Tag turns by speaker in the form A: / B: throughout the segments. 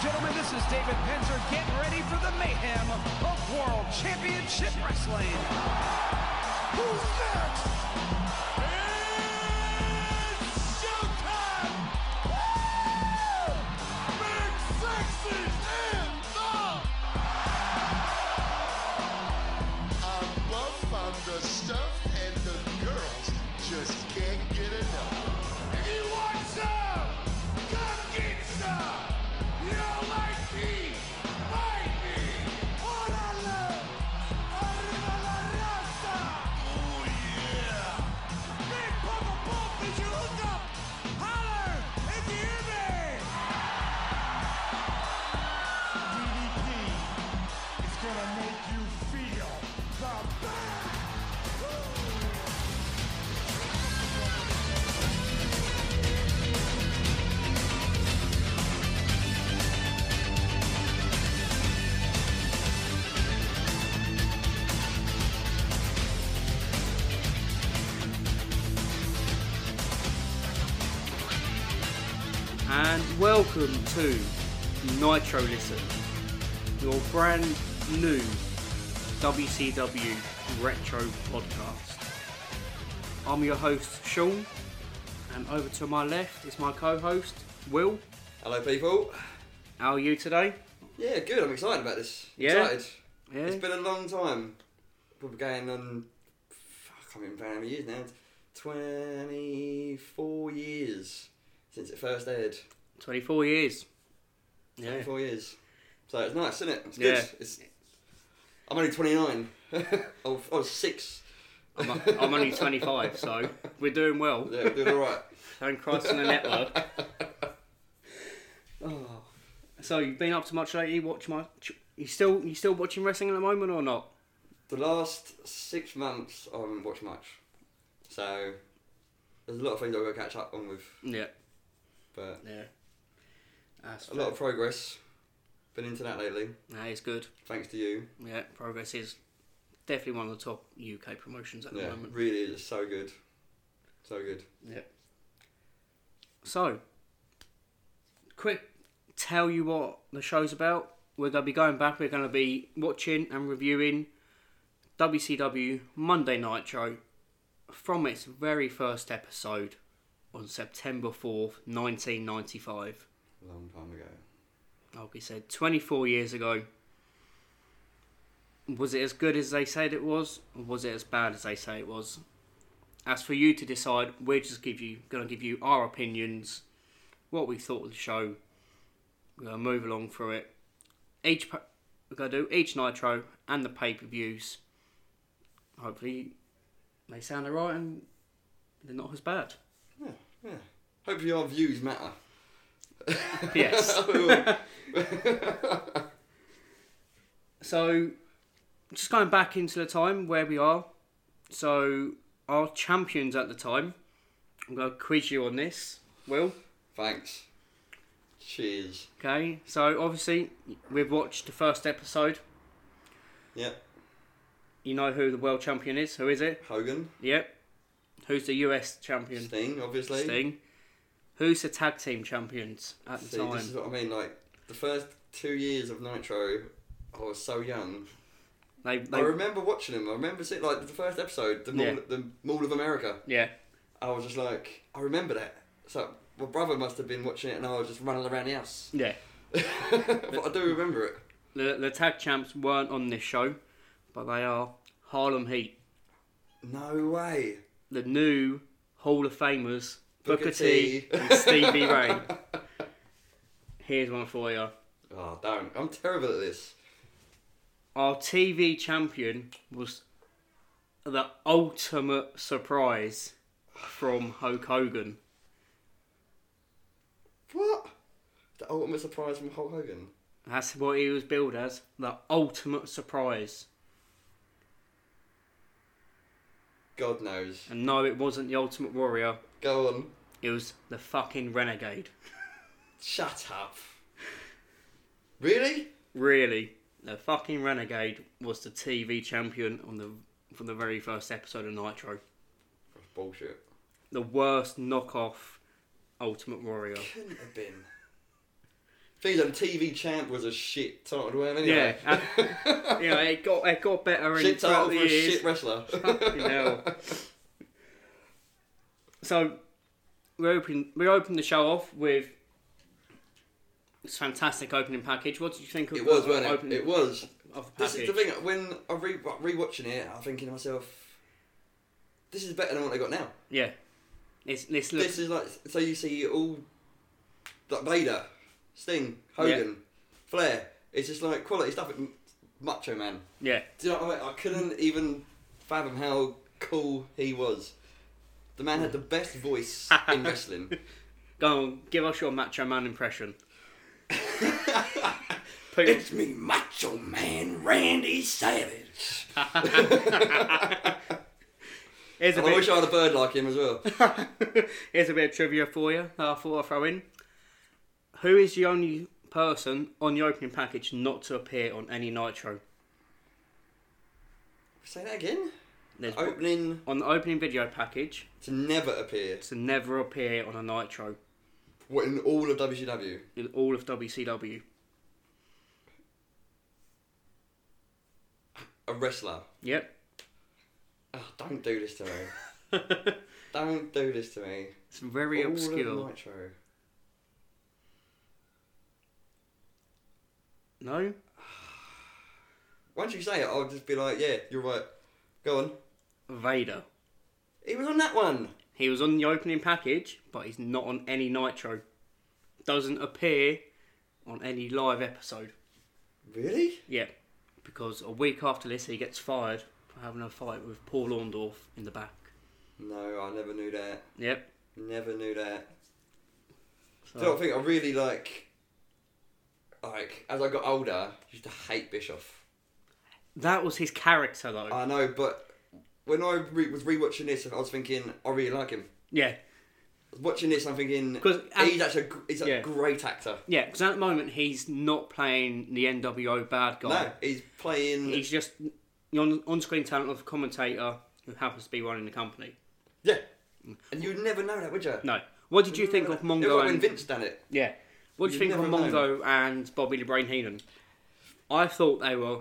A: is David Penzer getting ready for the mayhem of World Championship Wrestling.
B: Who's next? It's showtime! Woo! Big Sexy's in the... I love how the stuff and the girls just can't get enough. If you want some, come get some. You don't like me? Find me. Órale! Arriba la raza! Oh yeah! Big Papa Pump is your hookup! Holler if you hear me! DDP is gonna make you feel the best!
C: and welcome to Nitro Listen, your brand new WCW Retro podcast. I'm your host, Sean, and over to my left is my co host, Will.
D: Hello, people.
C: How are you today?
D: Yeah, good. I'm excited about this.
C: Yeah?
D: Excited.
C: Yeah.
D: It's been a long time. Probably going on. I can't remember how many years now. Twenty-four years since it first aired.
C: 24 years. Yeah.
D: Twenty-four years. So it's nice, isn't it? It's
C: Yeah.
D: good. It's. I'm only twenty-nine. oh, oh, six.
C: I'm, I'm only 25, so we're doing well.
D: Yeah, we're doing all right.
C: Don't cross on the network. oh. So you've been up to much lately? Watch my. You still you still watching wrestling at the moment or not?
D: The last six months, I haven't watched much. So there's a lot of things I've got to catch up on with,
C: Yeah.
D: but
C: Yeah. That's
D: a lot of progress. Been into that lately,
C: That is good.
D: thanks to you.
C: Yeah, Progress is definitely one of the top UK promotions at the
D: Yeah,
C: moment.
D: really is so good. So good.
C: Yeah. So, quick tell you what the show's about. We're going to be going back, we're going to be watching and reviewing WCW Monday Nitro from its very first episode on September 4th, 1995.
D: A long time ago.
C: Like we said, 24 years ago. Was it as good as they said it was, or was it as bad as they say it was? As for you to decide, we're just give you going to give you our opinions, what we thought of the show. We're going to move along through it. Each pa- we're going to do each Nitro and the pay per views. Hopefully, they sound alright and they're not as bad.
D: Yeah, yeah. Hopefully our views matter.
C: Yes. so, just going back into the time where we are. So, our champions at the time. I'm going to quiz you on this, Will.
D: Thanks. Cheers.
C: Okay. So, obviously, we've watched the first episode.
D: Yep.
C: You know who the world champion is. Who is it?
D: Hogan.
C: Yep. Who's the US champion?
D: Sting, obviously.
C: Sting. Who's the tag team champions at the
D: See,
C: time?
D: this is what I mean. Like the first two years of Nitro, I was so young.
C: They,
D: I
C: they,
D: remember watching them. I remember seeing like the first episode, the Mall,
C: Yeah.
D: the Mall of America.
C: yeah.
D: I was just like, I remember that. So my brother must have been watching it, and I was just running around the house.
C: Yeah.
D: but I do remember it.
C: The, the tag champs weren't on this show, but they are Harlem Heat,
D: No way.
C: the new Hall of Famers, Booker,
D: Booker
C: T.
D: T.
C: and Stevie Ray. Here's one for you.
D: Oh, damn. I'm terrible at this.
C: Our TV champion was the ultimate surprise from Hulk Hogan.
D: What? The ultimate surprise from Hulk Hogan.
C: That's what he was billed as the ultimate surprise.
D: God knows.
C: And no, it wasn't the Ultimate Warrior,
D: Go on.
C: it was the fucking Renegade.
D: Shut up. Really?
C: Really, the fucking Renegade was the TV champion on the from the very first episode of Nitro.
D: That's bullshit.
C: The worst knockoff Ultimate Warrior.
D: Couldn't have been. Things on TV Champ was a shit title to win
C: Yeah,
D: anyway.
C: and, you know, it got it got better in
D: shit
C: throughout
D: title
C: the
D: for a
C: years.
D: shit wrestler.
C: Fucking hell. So we open we opened the show off with this fantastic opening package. What did you think of
D: it was,
C: the
D: wasn't it?
C: opening
D: It was.
C: of the
D: This
C: package?
D: is the thing. When I re rewatching it, I'm thinking to myself, this is better than what they got now.
C: Yeah, it's this looks
D: This is like so you see all like Vader, Sting, Hogan, Flair. It's just like quality stuff. It- Macho Man.
C: yeah
D: Do you know what I mean? I couldn't even fathom how cool he was. The man had the best voice in wrestling.
C: Go on, give us your Macho Man impression. People-
D: It's me, Macho Man Randy Savage.
C: here's, a
D: And I wish
C: bit,
D: I had a bird like him as well.
C: here's a bit of trivia for you that I thought I'd throw in. Who is the only person on the opening package not to appear on any Nitro?
D: Say that again.
C: There's
D: Opening
C: on the opening video package
D: to never appear
C: to never appear on a Nitro
D: What, in all of WCW.
C: in all of WCW.
D: A wrestler.
C: Yep.
D: Oh, don't do this to me. don't do this to me.
C: It's very
D: All of
C: obscure.
D: Nitro.
C: No?
D: Once you say it, I'll just be like, yeah, you're right. Go on.
C: Vader.
D: He was on that one.
C: He was on the opening package, but he's not on any Nitro. Doesn't appear on any live episode.
D: Really?
C: Yeah, because a week after this, he gets fired for having a fight with Paul Orndorff in the back.
D: No, I never knew that.
C: Yep.
D: Never knew that.
C: So,
D: Do you know what I think? I really like. Like as I got older, I used to hate Bischoff.
C: that was his character, though.
D: I know, but when I re- was rewatching this, I was thinking I really like him.
C: yeah,
D: Watching this, I'm thinking
C: 'Cause-
D: he's actually a, gr- he's a
C: Yeah.
D: great actor.
C: yeah. Because at the moment, he's not playing the NWO bad guy.
D: No, he's playing.
C: He's just the on- on-screen talent of a commentator who happens to be running the company.
D: yeah, and you'd never know that, would you?
C: No. What did you think of
D: It was
C: Mongo
D: like when
C: and
D: Vince done it.
C: yeah? What did you
D: You'd
C: think of
D: never
C: Mongo and Bobby the Brain Heenan? I thought they were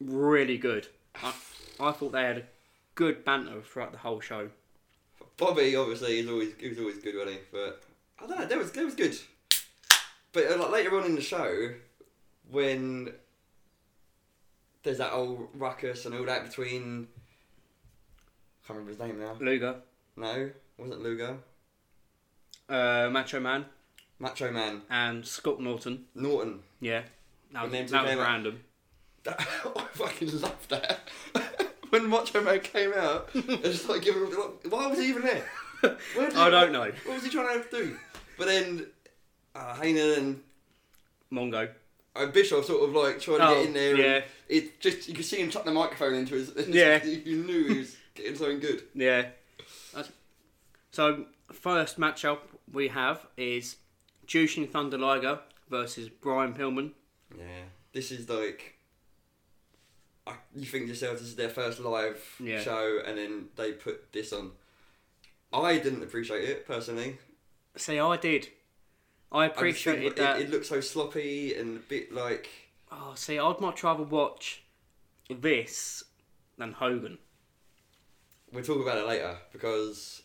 C: really good. I, I thought they had a good banter throughout the whole show.
D: Bobby obviously is always he was always good, wasn't he? But I don't know, that was that was good. But uh, like later on in the show, when there's that old ruckus and all that between, I can't remember his name now.
C: Luger,
D: No, wasn't Luger.
C: uh, Macho Man,
D: Macho Man
C: and Scott Norton.
D: Norton.
C: Yeah, that was,
D: And then
C: that was
D: together-
C: random.
D: That, I fucking loved that. when Macho Man came out, it was like giving. Why was he even there? Where did he-
C: I don't know.
D: What was he trying to do? But then, uh, Heyman and
C: Mongo.
D: uh, Bishop sort of like trying to
C: Oh,
D: get in there.
C: yeah.
D: And it just you could see him tuck the microphone into his.
C: Yeah.
D: you knew he was getting something good.
C: Yeah. That's- So first matchup we have is Jushin Thunder Liger versus Brian Pillman.
D: Yeah. This is like. I, you think to yourself this is their first live
C: Yeah.
D: show, and then they put this on. I didn't appreciate it personally.
C: See, I did. I
D: I just think
C: appreciated
D: it,
C: that.
D: it looked so sloppy and a bit like.
C: Oh, see, I'd much rather watch this than Hogan.
D: We'll talk about it later because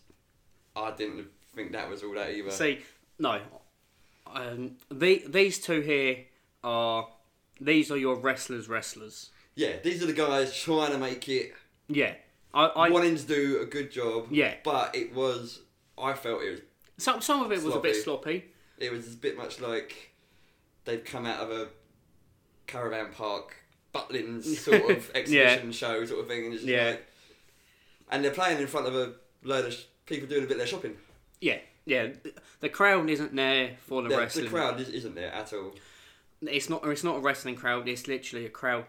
D: I didn't think that was all that either.
C: See, no, um, the, these two here are these are your wrestlers, wrestlers.
D: yeah, these are the guys trying to make it,
C: Yeah, I, I
D: wanting to do a good job.
C: Yeah.
D: but it was. I felt it was.
C: some some of it was a bit
D: Sloppy.
C: sloppy.
D: It was a bit much like they'd come out of a caravan park, Butlins sort of exhibition show sort of thing, and it's just
C: Yeah.
D: like, and they're playing in front of a load of sh- people doing a bit of their shopping.
C: Yeah, yeah. The crowd isn't there for the
D: The, the
C: wrestling.
D: crowd is- isn't there at all.
C: It's not. It's not a wrestling crowd. It's literally a crowd.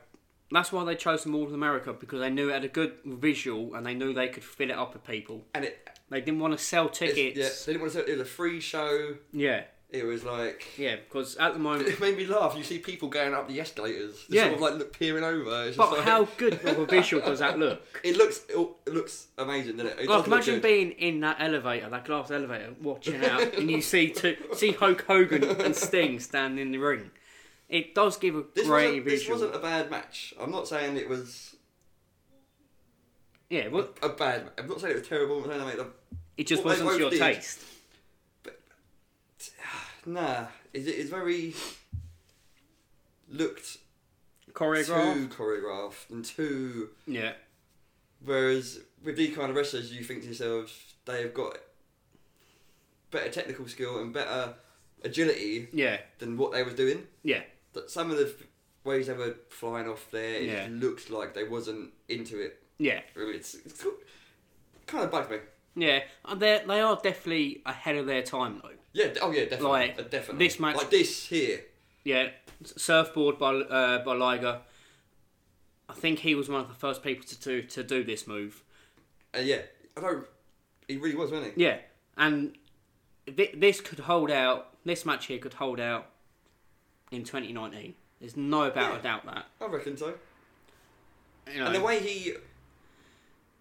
C: That's why they chose them all in America because they knew it had a good visual and they knew they could fill it up with people.
D: And it,
C: They didn't want to sell
D: it's, yeah,
C: tickets.
D: they didn't want to. It was a free show.
C: yeah.
D: It was like
C: Yeah, because at the moment.
D: it made me laugh. You see people going up the escalators, just
C: Yeah.
D: sort of like look, peering over. It's just
C: But
D: like-
C: how good of a visual does that look?
D: It looks it looks amazing, doesn't it? it
C: Like,
D: does look
C: imagine
D: good.
C: being in that elevator, that glass elevator, watching out, and you see two, see Hulk Hogan and Sting standing in the ring. It does give a
D: This
C: great
D: wasn't, this
C: visual.
D: wasn't a bad match. I'm not saying it was
C: yeah, well,
D: a bad. I'm not saying it was terrible. I'm saying I made a
C: it just
D: Well, they
C: wasn't to your
D: both did.
C: taste.
D: nah. It's, it's very looked
C: Choreograph.
D: too choreographed and too.
C: Yeah.
D: Whereas with these kind of wrestlers, you think to yourself they have got better technical skill and better agility
C: Yeah.
D: than what they was doing.
C: Yeah.
D: That some of the f- ways they were flying off there, it
C: Yeah.
D: just looked like they wasn't into it.
C: Yeah.
D: Really, It's, it's cool. kind of bugged me.
C: Yeah. And they they are definitely ahead of their time though.
D: Yeah. d- Oh yeah. Definitely.
C: Like,
D: uh, definitely.
C: this match-
D: Like this here.
C: Yeah, surfboard by uh, by Liger. I think he was one of the first people to do, to do this move.
D: Uh, yeah. I don't. He really was, wasn't he?
C: Yeah, and th- this could hold out. This match here could hold out in 2019. There's no about
D: Yeah.
C: a doubt that.
D: I reckon so.
C: You know,
D: And the way he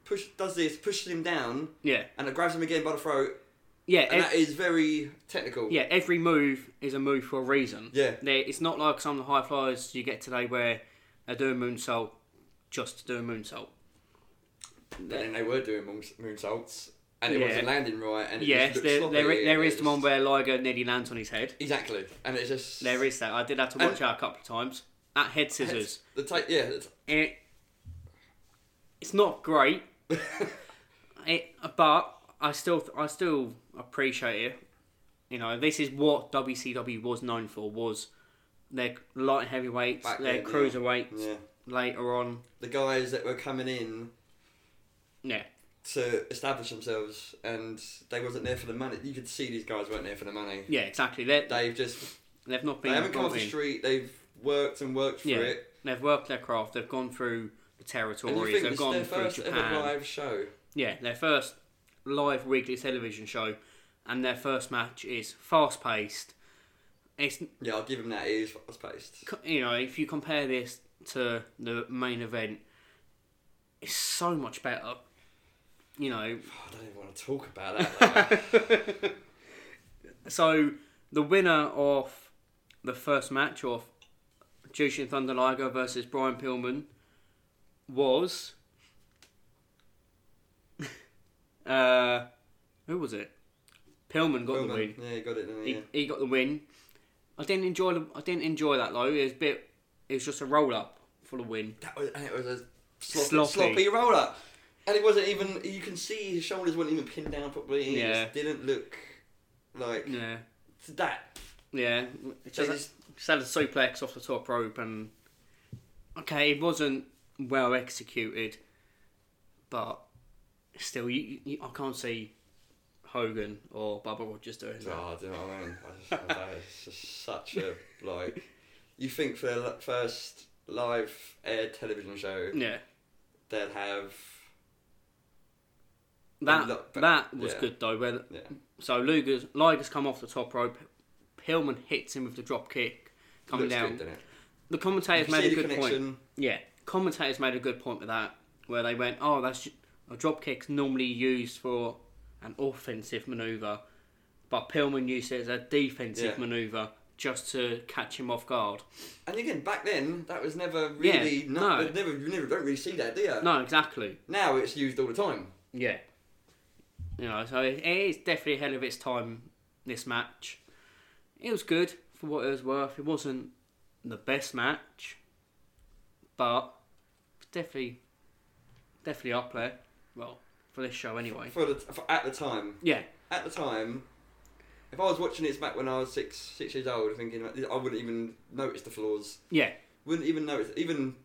D: push does this, pushes him down,
C: yeah,
D: and it grabs him again by the throat,
C: yeah,
D: and
C: ev-
D: that is very technical.
C: yeah. Every move is a move for a reason.
D: Yeah.
C: They- it's not like some of the high flyers you get today where they do a moonsault just to do a moonsault.
D: But then they were doing moon- moonsaults, and it
C: Yeah.
D: wasn't landing right, and it
C: Yes,
D: just looked
C: there,
D: sloppy.
C: there, i- there
D: It
C: is the one
D: just-
C: where Liger nearly lands on his head.
D: exactly, and it's just
C: There is that. I did have to watch out a couple of times. That head scissors.
D: the ta- yeah, it's,
C: It, it's not great. it, but I still, I still appreciate it. You know, this is what WCW was known for. Was their light and heavyweights,
D: Back
C: their
D: then, yeah.
C: cruiserweights
D: yeah,
C: later on.
D: the guys that were coming in
C: Yeah,
D: to establish themselves, and they wasn't there for the money. You could see these guys weren't there for the money.
C: yeah, exactly. They
D: They've just
C: they've not
D: they
C: been.
D: haven't come off the
C: been-
D: street. They've worked and worked for
C: Yeah,
D: it.
C: they've worked their craft. They've gone through the
D: And you
C: territories.
D: think
C: They've
D: this is
C: gone
D: their
C: through
D: first
C: Japan.
D: ever live show?
C: Yeah, their first live weekly television show, and their first match is fast paced. It's
D: Yeah, I'll give them that. It is fast paced.
C: you know if you compare this to the main event, it's so much better. You know,
D: I don't even want to talk about that. like.
C: so the winner of the first match of Jushin Thunder Liger versus Brian Pillman was uh who was it? Pillman got the
D: Well,
C: win.
D: man, yeah, you got it. didn't you?
C: he, he got the win. I didn't enjoy. The, I didn't enjoy that though. It was a bit. It was just a roll up for the win.
D: That was, and it was a sloppy,
C: Sloppy.
D: sloppy. roll up. And it wasn't even, you can see his shoulders weren't even pinned down properly. Yeah.
C: Yeah.
D: It just didn't look like
C: Yeah,
D: that.
C: yeah.
D: So
C: Just, just had a suplex off the top rope and okay, it wasn't well executed, but still, you, you, I can't see Hogan or Bubba Rogers doing that.
D: Oh, do you know what I mean? I just, I don't know, it's just such a, like, you think for their li- first live aired television show,
C: Yeah,
D: they'd have,
C: that
D: look, but-
C: that was
D: yeah.
C: good though. Where
D: yeah.
C: So Luger's Liger's come off the top rope. Hillman hits him with the drop kick, coming
D: Looks
C: down.
D: good, doesn't it?
C: The commentators
D: You see
C: made a
D: the
C: good point.
D: connection.
C: Yeah, commentators made a good point with that, where they went, "Oh, that's a drop kick's normally used for an offensive maneuver, but Pillman used it as a defensive
D: Yeah.
C: maneuver just to catch him off guard."
D: And again, back then, that was never
C: Yeah,
D: really,
C: no.
D: no, never, you never don't really see that, do you?
C: No, exactly.
D: Now it's used all the time.
C: Yeah, you know, so it, it is definitely ahead of its time. This match, it was good for what it was worth. It wasn't the best match, but definitely, definitely up there. Well, for this show anyway.
D: For the, for, at the time,
C: Yeah,
D: at the time, if I was watching this back when I was six six years old, thinking like, I wouldn't even notice the flaws.
C: yeah,
D: Wouldn't even notice. Even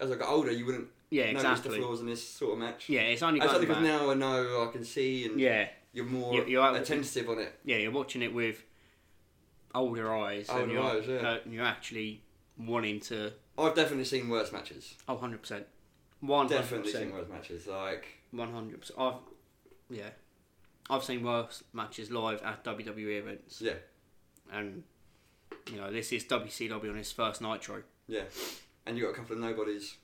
D: as I got older, you wouldn't
C: yeah,
D: notice the
C: exactly.
D: flaws in this sort of match.
C: Yeah, it's only
D: That's
C: going
D: only because
C: back.
D: now I know I can see and
C: yeah,
D: you're more
C: You- you're out-
D: attentive on it.
C: yeah, you're watching it with older eyes, and
D: Older
C: you're,
D: eyes, yeah.
C: uh, and you're actually wanting to.
D: I've definitely seen worse matches.
C: Oh, 100 percent, one hundred
D: Definitely seen
C: percent,
D: worse matches. Like
C: one hundred percent. I've yeah, I've seen worse matches live at WWE E events.
D: yeah,
C: and you know this is WCW on his first Nitro.
D: Yeah. And you got a couple of nobodies.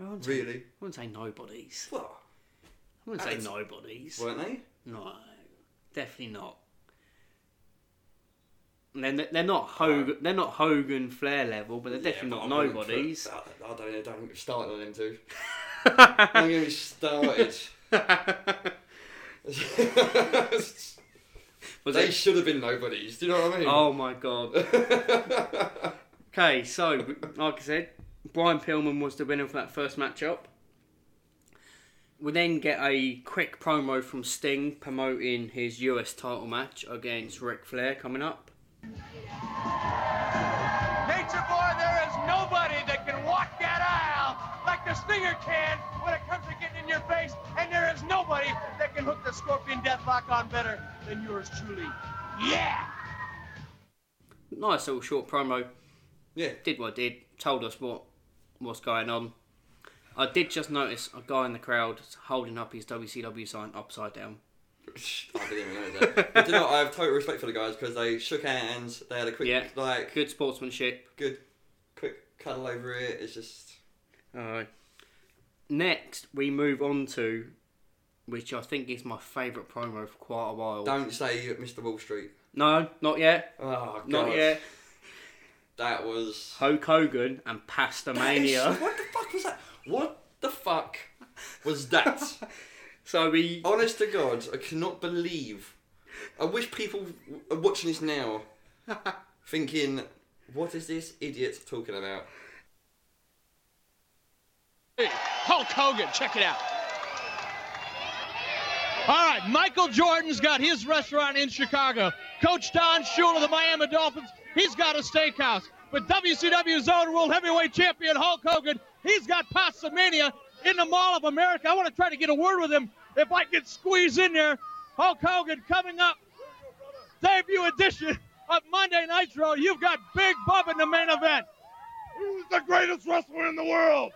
C: I wouldn't say-
D: Really?
C: I wouldn't say nobodies.
D: Well,
C: I wouldn't say
D: That's-
C: nobodies.
D: weren't they?
C: No, definitely not. And They're, they're not Hogan. They're not Hogan Flair level, but they're definitely
D: Yeah,
C: not
D: but I'm gonna
C: nobodies.
D: put- I, I don't know. Don't get started on them two. I'm gonna be started.
C: Was
D: they
C: it-
D: should have been nobodies. Do you know what I mean?
C: Oh my god. okay, so like I said, Brian Pillman was the winner for that first matchup. We then get a quick promo from Sting promoting his US title match against Ric Flair coming up.
E: Nature boy, there is nobody that can walk that aisle like the Stinger can when it comes to getting in your face, and there is nobody that can hook the Scorpion Deathlock on better than yours truly. Yeah!
C: Nice little short promo.
D: yeah.
C: Did what I did. Told us what what's going on. I did just notice a guy in the crowd holding up his WCW sign upside down.
D: I didn't even know that. But do you know, what? I have total respect for the guys because they shook hands. They had a quick,
C: Yeah.
D: like, good,
C: Good sportsmanship.
D: quick cuddle over it. It's just
C: Alright. Next, we move on to, which I think is my favourite promo for quite a while.
D: don't say Mr. Wall Street.
C: No, not yet.
D: Oh God.
C: Not yet.
D: That was.
C: Hulk Hogan and Pastamania.
D: What the fuck was that? What the fuck was that?
C: so we.
D: Honest to God, I cannot believe. I wish people are watching this now, thinking, "What is this idiot talking about?"
E: Hulk Hogan, check it out. All right, Michael Jordan's got his restaurant in Chicago. Coach Don Shula of the Miami Dolphins, he's got a steakhouse. But WCW's own world heavyweight champion Hulk Hogan, he's got Pasta Mania in the Mall of America. I want to try to get a word with him if I can squeeze in there. Hulk Hogan coming up, debut edition of Monday Nitro. You've got Big Bub in the main event.
F: He's the greatest wrestler in the world.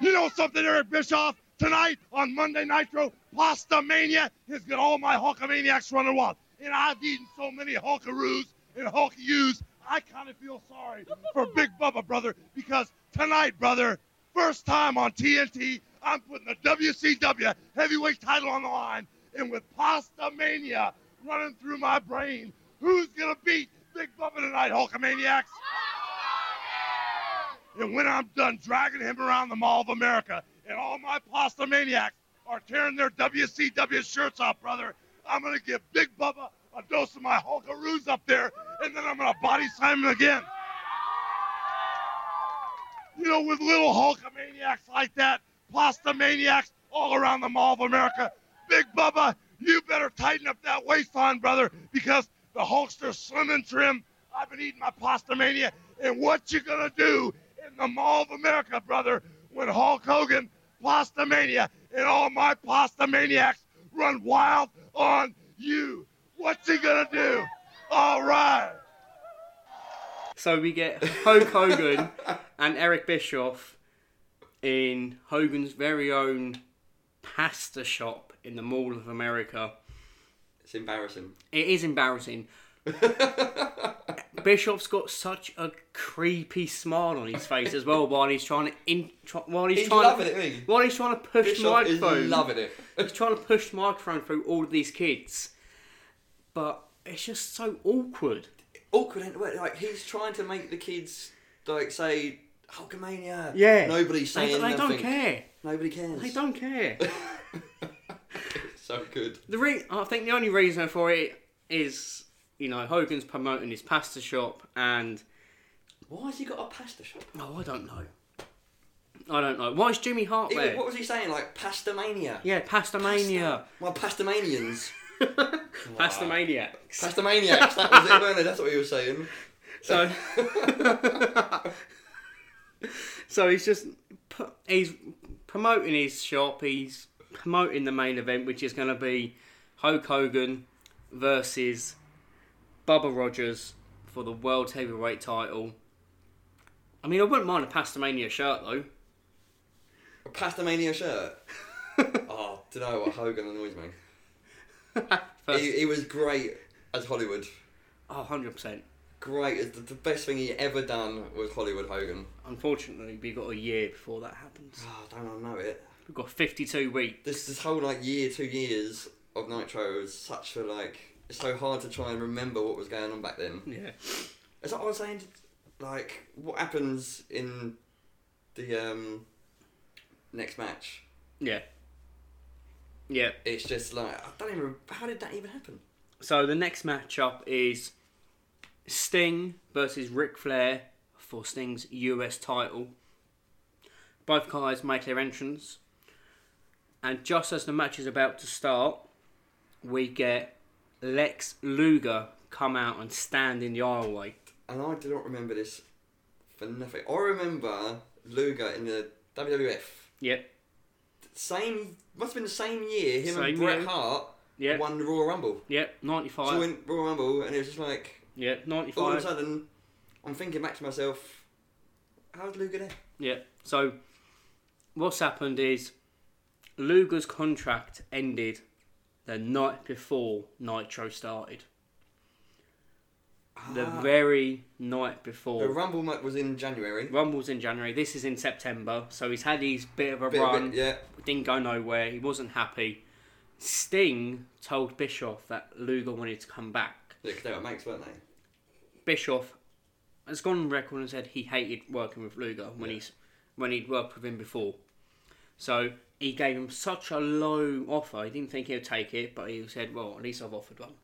F: You know something, Eric Bischoff? Tonight on Monday Nitro, Pasta Mania has got all my Hulkamaniacs running wild. And I've eaten so many Hulkaroos and Hulkyous, I kind of feel sorry for Big Bubba, brother, because tonight, brother, first time on TNT, I'm putting the WCW heavyweight title on the line. And with Pasta Mania running through my brain, who's going to beat Big Bubba tonight, Hulkamaniacs? And when I'm done dragging him around the Mall of America and all my pasta maniacs are tearing their WCW shirts off, brother, I'm going to give Big Bubba a dose of my Hulkaroos up there, and then I'm going to body slam him again. You know, with little Hulkamaniacs like that, pasta maniacs all around the Mall of America, Big Bubba, you better tighten up that waistline, brother, because the Hulkster slim and trim. I've been eating my pasta mania, and what you gonna do in the Mall of America, brother, when Hulk Hogan, pasta mania, and all my pasta maniacs run wild on you? What's he gonna do? All right.
C: So we get Hulk Hogan and Eric Bischoff in Hogan's very own pasta shop in the Mall of America.
D: It's embarrassing.
C: It is embarrassing. Bishop's got such a creepy smile on his face as well while he's trying to in, try, while he's,
D: He's
C: trying
D: loving
C: to,
D: it, isn't he?
C: while he's trying to push the
D: Bischoff is
C: microphone.
D: loving it.
C: He's trying to push the microphone through all of these kids, but it's just so awkward.
D: Awkward, ain't it? like he's trying to make the kids like say Hulkamania. nobody's
C: they,
D: saying
C: they don't
D: nothing.
C: care.
D: Nobody cares.
C: They don't care.
D: So good.
C: The re- I think the only reason for it is you know Hogan's promoting his pasta shop and
D: Why has he got a pasta shop?
C: oh I don't know, I don't know. Why is Jimmy Hart
D: He-
C: there?
D: What was he saying? Like pastamania.
C: Yeah, Pastamania.
D: My pastamanians.
C: Pastamaniacs.
D: Pastamaniacs. That was it, weren't it? That's what he was saying.
C: So, so he's just pu- he's promoting his shop. He's promoting the main event, which is going to be Hulk Hogan versus Bubba Rogers for the World Heavyweight Title. I mean, I wouldn't mind a Pastamania shirt though.
D: A pastamania shirt. oh, do you know what Hogan annoys me? He, he was great as Hollywood.
C: Oh, 100%.
D: Great. The, the best thing he ever done was Hollywood Hogan.
C: Unfortunately, we got a year before that happens.
D: Oh, don't I know it?
C: We've got 52 weeks.
D: This this whole like year, two years of Nitro was such a like. It's so hard to try and remember what was going on back then.
C: Yeah.
D: Is that what I was saying? Like, what happens in the um, next match?
C: Yeah. Yeah.
D: It's just like I don't even. How did that even happen?
C: So the next matchup is Sting versus Ric Flair for Sting's US title. Both guys make their entrance. And just as the match is about to start, we get Lex Luger come out and stand in the aisleway.
D: And I do not remember this for nothing. I remember Luger in the WWF.
C: Yep.
D: Same must have been the same year. Him
C: Same
D: and Bret
C: year.
D: Hart
C: Yeah.
D: won the Royal Rumble.
C: Yep. 95.
D: Joined Royal Rumble, and it was just like
C: Yep.
D: all of a
C: 95.
D: sudden, I'm thinking back to myself, how's Luger there?
C: Yeah. So what's happened is Luger's contract ended the night before Nitro started. The very night
D: Ah. The
C: before.
D: Rumble match was in January.
C: Rumble's in January. This is in September. So he's had his bit of a
D: Bit-
C: run.
D: bit- yeah.
C: Didn't go nowhere. He wasn't happy. Sting told Bischoff that Luger wanted to come back.
D: Yeah, 'cause they were mates, weren't they?
C: Bischoff has gone on record and said he hated working with Luger when he's when he'd worked with him before. So he gave him such a low offer. He didn't think he would take it, but he said, "Well, at least I've offered one."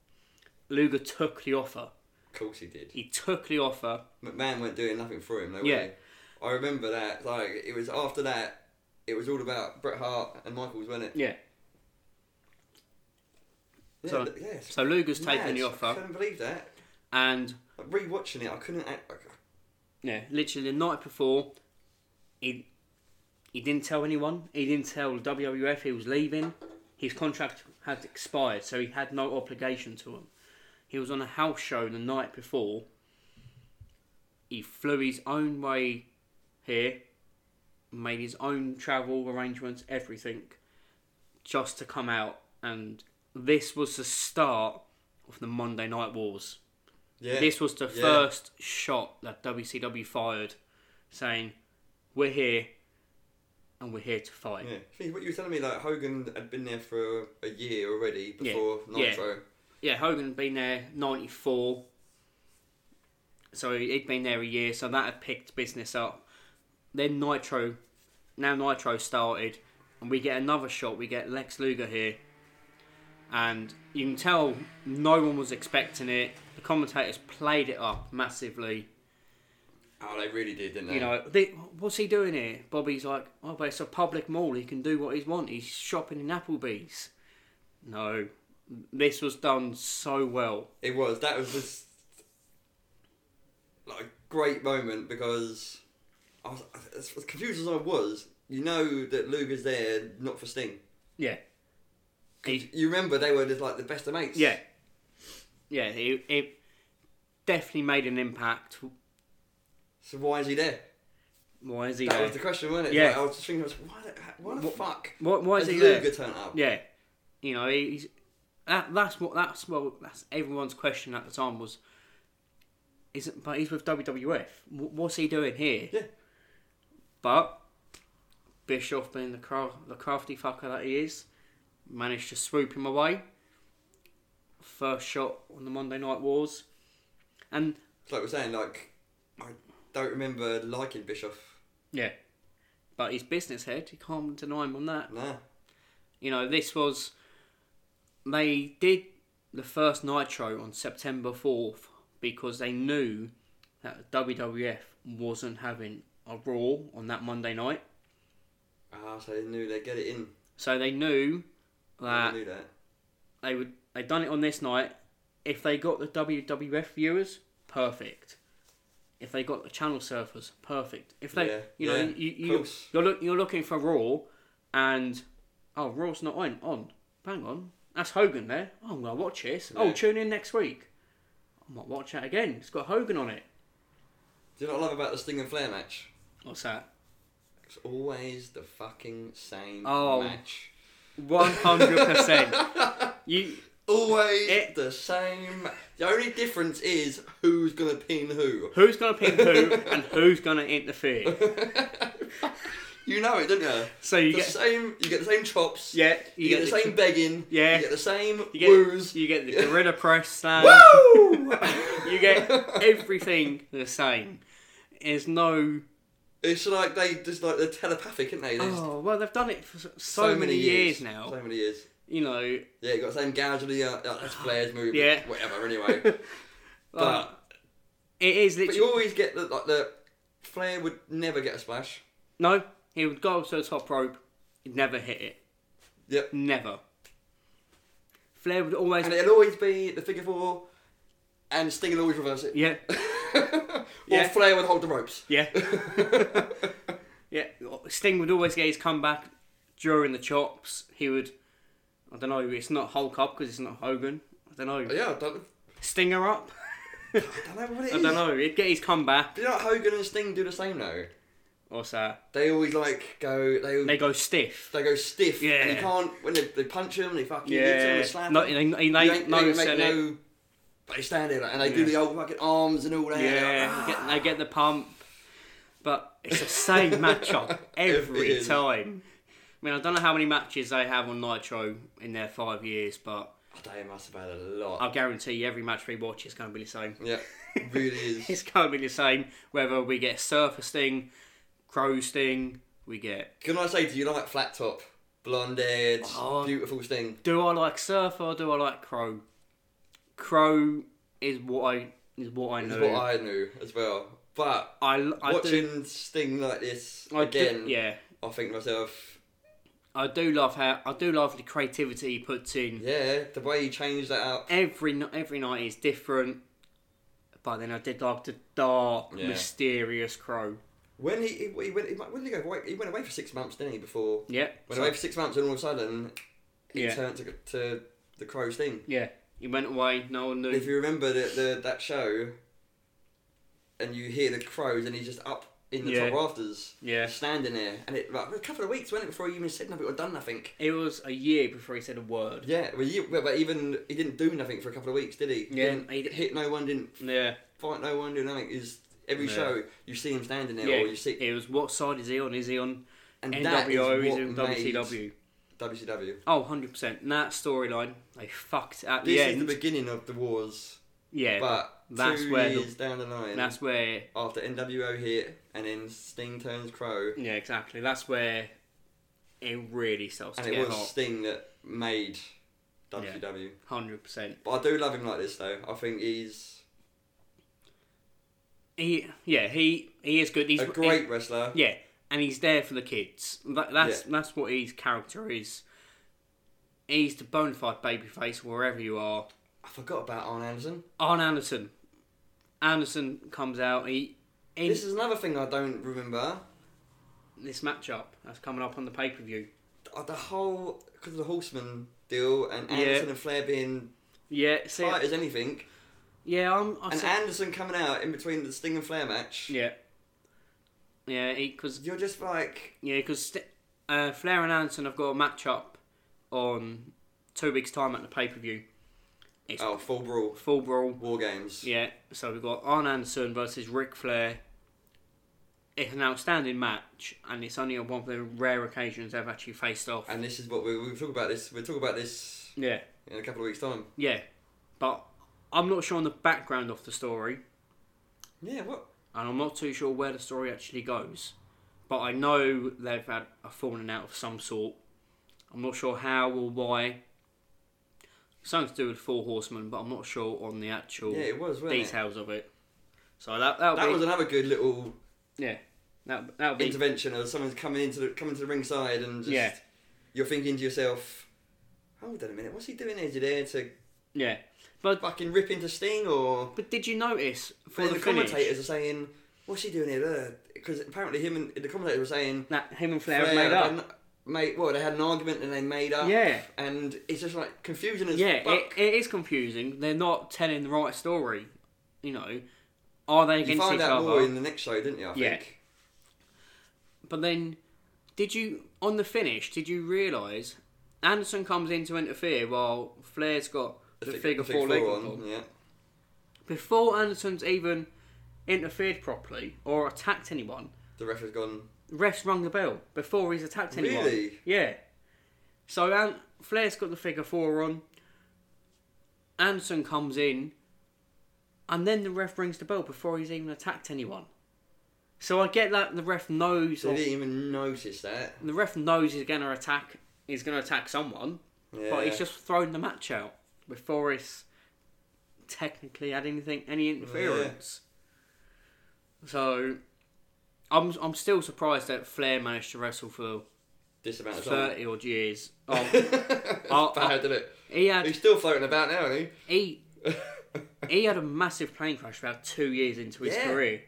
C: Luger took the offer.
D: Of course he did.
C: He took the offer.
D: McMahon weren't doing nothing for him, though.
C: Yeah.
D: Yeah. I remember that. Like it was after that, it was all about Bret Hart and Michaels, wasn't it?
C: Yeah.
D: Yeah.
C: So,
D: th- yeah, it's
C: so Luger's
D: mad.
C: taken the
D: I
C: offer,
D: couldn't believe that.
C: and
D: Like, rewatching it, I couldn't. Act, like,
C: yeah, literally the night before, he he didn't tell anyone. He didn't tell WWF he was leaving. His contract had expired, so he had no obligation to him. He was on a house show the night before. He flew his own way here, made his own travel arrangements, everything, just to come out. And this was the start of the Monday Night Wars.
D: yeah.
C: This was the
D: Yeah.
C: first shot that WCW fired, saying, "We're here, and we're here to fight."
D: Yeah. See, what you were telling me, like Hogan had been there for a year already before
C: Yeah.
D: Nitro.
C: Yeah, Hogan had been there '94, so he'd been there a year, so that had picked business up. Then Nitro, now Nitro started, and we get another shot. We get Lex Luger here, and you can tell no one was expecting it. The commentators played it up massively.
D: Oh, they really did, didn't they?
C: You know, they, what's he doing here? Bobby's like, oh, but it's a public mall. He can do what he wants. He's shopping in Applebee's. No, this was done so well.
D: It was. That was just like a great moment because I was as as confused as I was. You know that Luger's there not for Sting.
C: Yeah. He,
D: You remember they were just like the best of mates.
C: yeah. Yeah, it, it definitely made an impact.
D: So why is he there?
C: Why is he
D: That
C: there?
D: was the question, wasn't it?
C: Yeah.
D: Like, I was just thinking, I was, why the, why the fuck?
C: why- why is
D: has
C: he
D: Luger
C: there?
D: turn up?
C: Yeah, you know, he's that, that's what that's well that's everyone's question at the time was. Isn't but he's with WWF. Wh- What's he doing here?
D: Yeah.
C: But Bischoff, being the cra- the crafty fucker that he is, managed to swoop him away. First shot on the Monday Night Wars, and
D: It's like we're saying, like I don't remember liking Bischoff.
C: yeah, but he's business head. You can't deny him on that.
D: Nah.
C: You know, this was. They did the first Nitro on September 4th because they knew that WWF wasn't having a Raw on that Monday night.
D: Ah, so they knew they'd get it in.
C: So they knew that
D: they knew that.
C: they would. They'd done it on this night. If they got the WWF viewers, perfect. If they got the channel surfers, perfect. If they,
D: Yeah,
C: you know,
D: yeah,
C: you, you
D: close.
C: you're look, you're looking for Raw, and oh, Raw's not on. On, bang on. That's Hogan there. Oh, I'm gonna watch this. Oh,
D: Yeah.
C: tune in next week. I might watch that again. It's got Hogan on it.
D: Do you know what I love about the Sting and Flair match?
C: What's that?
D: It's always the fucking same
C: Oh.
D: match.
C: One hundred percent. You
D: Always
C: It-
D: the same. The only difference is who's gonna pin who.
C: Who's going to pin who and who's going to interfere?
D: You know it, don't you?
C: So you
D: the
C: get-
D: same. You get the same chops.
C: Yeah,
D: You, get, the same begging.
C: Yeah.
D: You get the same
C: You get,
D: woos.
C: you get the gorilla press slam.
D: Woo!
C: You get everything the same. There's no.
D: it's like they just like they're telepathic, aren't they? They just-
C: Oh well, they've done it for so, many, years, now.
D: So many years.
C: You know,
D: Yeah, you got the same gouge of the uh, oh, that's Flair's movie.
C: Yeah.
D: Whatever. Anyway,
C: like,
D: but
C: it is
D: but you
C: literally
D: always get the like the Flair would never get a splash.
C: no. He would go up to the top rope, he'd never hit it,
D: Yep.
C: never. Flair would always
D: And it'll always be the figure four, and Sting will always reverse it.
C: yeah
D: or
C: Yeah.
D: Flair would hold the ropes.
C: yeah yeah. Sting would always get his comeback during the chops. He would. I don't know. It's not Hulk up because it's not Hogan. I don't know.
D: Oh, Yeah, I don't,
C: Stinger up.
D: I don't know what it is.
C: I don't know. He'd get his comeback.
D: Do you know what Hogan and Sting do the same though?
C: Or so
D: They always like go they
C: they
D: they,
C: go stiff.
D: go stiff.
C: Yeah.
D: And you can't when they, they punch him, they fucking hit him,
C: Yeah.
D: they slap
C: No,
D: him.
C: he, he, he,
D: you ain't,
C: no,
D: they make
C: said it.
D: no. But they stand there like, and they do
C: Yeah.
D: the old fucking arms and all that.
C: Yeah, they get, they get the pump, but it's the same matchup
D: It
C: every
D: is.
C: time. I mean, I don't know how many matches they have on Nitro in their five years, but
D: ah, They must have had a lot.
C: I guarantee you every match we watch is going to be the same.
D: yeah, really is.
C: It's going to be the same whether we get Surfer Sting, Crow Sting, we get.
D: Can I say, do you like flat top, blonde haired,
C: Oh.
D: beautiful Sting?
C: Do I like Surfer or do I like Crow? Crow is what I is what I
D: Is
C: know.
D: what I knew as well. But
C: I, l- I do,
D: watching Sting like this
C: I do-
D: again,
C: yeah.
D: I think to myself,
C: I do love how I do love the creativity he puts in.
D: yeah, the way he changed that up.
C: Every ni- every night is different. But then I did like the dark,
D: Yeah.
C: mysterious crow.
D: When he, he, he went, he, went- when did he go? away? He went away for six months, didn't he? Before
C: Yeah.
D: went
C: so-
D: away for six months, and all of a sudden, he
C: Yeah.
D: turned to, to the Crow Sting.
C: yeah. He went away. No one
D: If
C: knew.
D: you remember the, the, that show, and you hear the crows, and he's just up in the
C: Yeah.
D: top rafters,
C: Yeah.
D: standing there, and it like, a couple of weeks went it before he even said nothing or done nothing.
C: It was a year before he said a word.
D: Yeah, well, you, well, but even he didn't do nothing for a couple of weeks, did he?
C: Yeah,
D: didn't
C: he d-
D: hit no one, didn't
C: Yeah.
D: fight no one, do nothing. Is every
C: Yeah.
D: show you see him standing there,
C: Yeah.
D: or you see,
C: It was what side is he on? Is he on
D: and that is
C: NWO? Is he on
D: what made
C: WCW?
D: WCW.
C: Oh, 100%. And That storyline, they fucked at
D: This
C: the
D: is
C: end.
D: the beginning of the wars,
C: yeah.
D: but
C: that's
D: two
C: where the-
D: years down the line,
C: that's where
D: after NWO hit, and then Sting turns Crow.
C: Yeah, exactly. That's where it really starts
D: And
C: to
D: it
C: get
D: was
C: hot.
D: Sting that made WCW.
C: Hundred percent.
D: But I do love him like this though. I think he's
C: He, yeah, he he is good. He's
D: a great wrestler.
C: he- yeah, and he's there for the kids. That, that's
D: Yeah.
C: that's what his character is. He's the bona fide babyface wherever you are.
D: I forgot about Arn Anderson.
C: Arn Anderson. Anderson comes out. He in
D: This
C: this,
D: is another thing I don't remember.
C: matchup that's coming up on the pay per view.
D: Uh, The whole because of the Horseman deal and
C: Yeah.
D: Anderson and Flair being
C: Yeah, see,
D: tight as anything,
C: yeah, I'm. I
D: and
C: see-
D: Anderson coming out in between the Sting and Flair match.
C: yeah, yeah, because
D: You're just like,
C: Yeah, because St- uh, Flair and Anderson have got a match up on two weeks' time at the pay per view. It's
D: oh, full brawl,
C: full brawl.
D: war games.
C: Yeah, so we've got Arn Anderson versus Ric Flair. It's an outstanding match, and it's only on one of the rare occasions they've actually faced off.
D: And this is what we we'll talk about. This we'll talk about this
C: yeah,
D: in a couple of weeks' time.
C: yeah, but I'm not sure on the background of the story,
D: Yeah, what?
C: and I'm not too sure where the story actually goes. But I know they've had a falling out of some sort. I'm not sure how or why. Something to do with Four Horsemen, but I'm not sure on the actual
D: Yeah, it was, wasn't it?
C: details of it. So that that'll
D: That
C: be
D: was another good little
C: yeah. That that'll be
D: intervention of someone's coming into the coming to the ringside and just
C: Yeah.
D: you're thinking to yourself, hold on a minute, what's he doing here? Is he there to
C: yeah. But
D: fucking rip into Sting or?
C: but did you notice for
D: But
C: the,
D: the
C: finish
D: commentators are saying, "What's he doing here?" Because apparently him and the commentators were saying,
C: that him and Flair, have
D: "Flair
C: made up?
D: and- Mate, well, they had an argument and they made up.
C: Yeah.
D: and it's just like confusing as
C: Yeah, it,
D: fuck.
C: it is confusing. They're not telling the right story. You know, are they
D: you
C: against
D: find
C: each
D: out
C: other?
D: more in the next show, didn't you? I
C: Yeah.
D: think.
C: But then, did you on the finish? Did you realise Anderson comes in to interfere while Flair's got the, figure, four leg lock.
D: Yeah.
C: Before Anderson's even interfered properly or attacked anyone,
D: The ref has gone.
C: ref's rung the bell before he's attacked anyone.
D: Really?
C: Yeah. So um, Flair's got the figure four on. Anderson comes in, and then the ref rings the bell before he's even attacked anyone. So I get that the ref knows.
D: So he didn't even notice that.
C: the ref knows he's going to attack. He's going to attack someone,
D: Yeah.
C: but he's just thrown the match out before it's technically had anything any interference. So I'm I'm still surprised that Flair managed to wrestle for
D: this amount of time.
C: thirty odd years. Oh, oh,
D: Bad,
C: oh,
D: didn't it?
C: he had
D: He's still floating about now, isn't
C: he
D: he?
C: he had a massive plane crash about two years into his
D: Yeah.
C: career,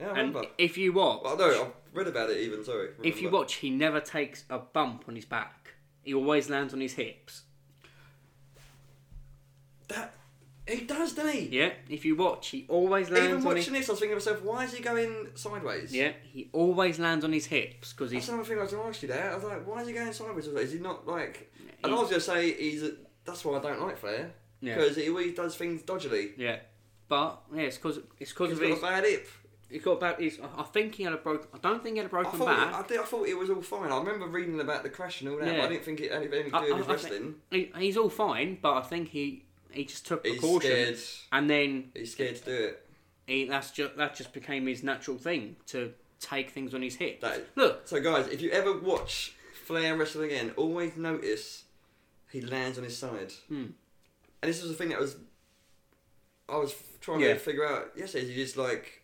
D: yeah, I
C: and
D: remember.
C: if you watch,
D: Well, no, I've read about it even, sorry.
C: if you
D: Remember.
C: watch, he never takes a bump on his back. He always lands on his hips.
D: That, he does, doesn't he?
C: Yeah, if you watch, he always lands
D: Even
C: on
D: watching
C: his
D: this, I was thinking to myself, why is he going sideways?
C: yeah. He always lands on his hips because
D: That's
C: he's
D: another thing I was going to ask you there. I was like, why is he going sideways? Is he not like. And I
C: he's-
D: was going to say, he's a, that's why I don't like Flair.
C: Yeah.
D: Because he always does things dodgily.
C: yeah. But yeah, it's because it's because
D: He's
C: of
D: got
C: his.
D: a bad hip.
C: He got about his. I I think he had a broken. I don't think he had a
D: I
C: broken
D: thought,
C: back.
D: I, did, I thought it was all fine. I remember reading about the crash and all that,
C: Yeah.
D: but I didn't think it had anything to
C: I-
D: do with
C: I-
D: his
C: I think-
D: wrestling.
C: He, he's all fine, but I think he he just took
D: He's
C: precautions,
D: scared.
C: and then
D: He's scared to do it.
C: he, that's just that just became his natural thing to take things on his hips.
D: That-
C: Look,
D: So, guys, if you ever watch Flair wrestle again, always notice he lands on his side.
C: Hmm.
D: And this was the thing that was I was trying
C: Yeah.
D: to figure out yesterday. He just like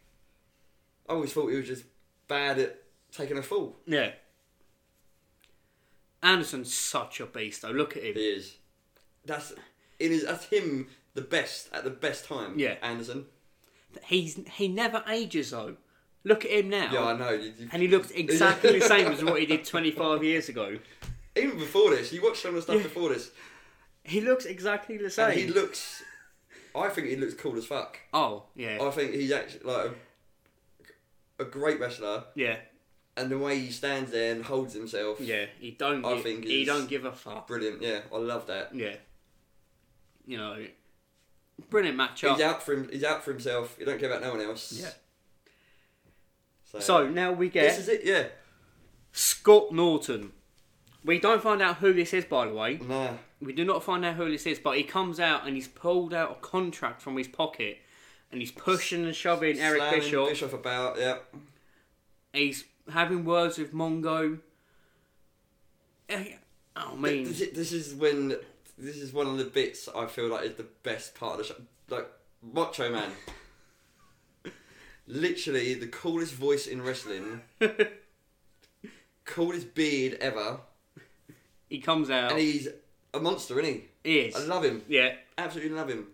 D: I always thought he was just bad at taking a fall.
C: yeah. Anderson's such a beast, though. Look at him.
D: He is. That's it is. That's him the best at the best time.
C: Yeah.
D: Anderson.
C: He's he never ages though. Look at him now.
D: Yeah, I know. You- you-
C: Oh. and he looks exactly the same as what he did 25 years ago.
D: Even before this, you watched some of the stuff before this,
C: He looks exactly the same.
D: and he looks. I think he looks cool as fuck.
C: oh yeah,
D: I think he's actually like a, a great wrestler,
C: yeah,
D: and the way he stands there and holds himself,
C: yeah. He don't.
D: I
C: gi-
D: think
C: he
D: he's-
C: don't give a fuck.
D: brilliant. Yeah, I love that.
C: Yeah. You know, brilliant matchup.
D: He's out for him. He's out for himself. He don't care about no one else.
C: Yeah.
D: So,
C: So now we
D: this
C: get
D: is it. Yeah.
C: Scott Norton. We don't find out who this is, by the way.
D: Nah.
C: We do not find out who this is, but he comes out and he's pulled out a contract from his pocket, and he's pushing and shoving Eric
D: Slamming
C: Bischoff.
D: Bischoff about. Yeah.
C: He's having words with Mongo. Eh, I mean,
D: This, this is when. This is one of the bits I feel like is the best part of the show. Like Macho Man. Literally the coolest voice in wrestling. coolest beard ever.
C: he comes out.
D: And he's a monster, isn't he?
C: he is.
D: I love him.
C: Oh. yeah.
D: Absolutely love him.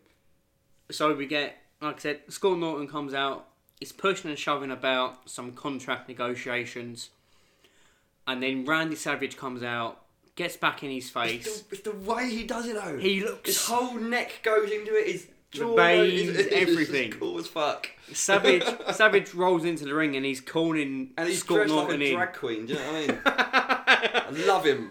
C: So we get, like I said, Scott Norton comes out. He's pushing and shoving about some contract negotiations, and then Randy Savage comes out, gets back in his
D: It's
C: face.
D: the, it's the way he does it though.
C: He looks-
D: His whole neck goes into it. His jaw
C: veins,
D: goes into it. It's just
C: everything.
D: cool as fuck.
C: Savage Savage rolls into the ring and he's calling
D: And he's
C: Scott
D: dressed like
C: Norton
D: a
C: in.
D: drag queen. Do you know what I mean? I love him.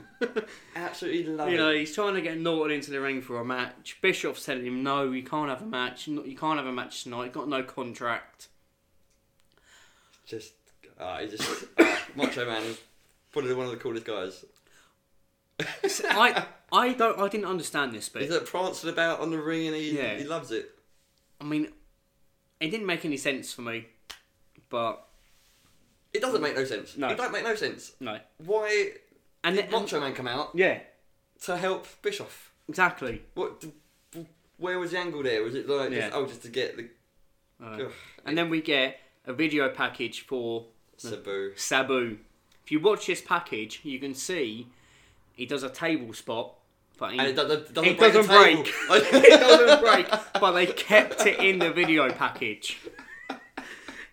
D: Absolutely love
C: You
D: him.
C: know, he's trying to get Norton into the ring for a match. Bischoff's telling him, no, you can't have a match. No- You can't have a match tonight. You've got no contract.
D: Just, uh, he just uh, Macho Man is probably one of the coolest guys.
C: I, I don't, I didn't understand this
D: He's
C: bit.
D: like prancing about on the ring and he
C: Yeah.
D: he loves it.
C: I mean, it didn't make any sense for me. But,
D: It doesn't make no sense.
C: Mm. No.
D: It don't make no sense.
C: no.
D: Why
C: And
D: did
C: then-
D: Macho Man come out
C: Yeah,
D: to help Bischoff?
C: exactly.
D: What? d- Where was the angle there? Was it like
C: Yeah.
D: just, oh just to get the Ugh,
C: And then we get a video package for
D: Sabu?
C: Sabu. If you watch this package, you can see he does a table spot, but he,
D: And it do- do- doesn't
C: It
D: break. the
C: doesn't break.
D: table.
C: it doesn't break. But they kept it in the video package.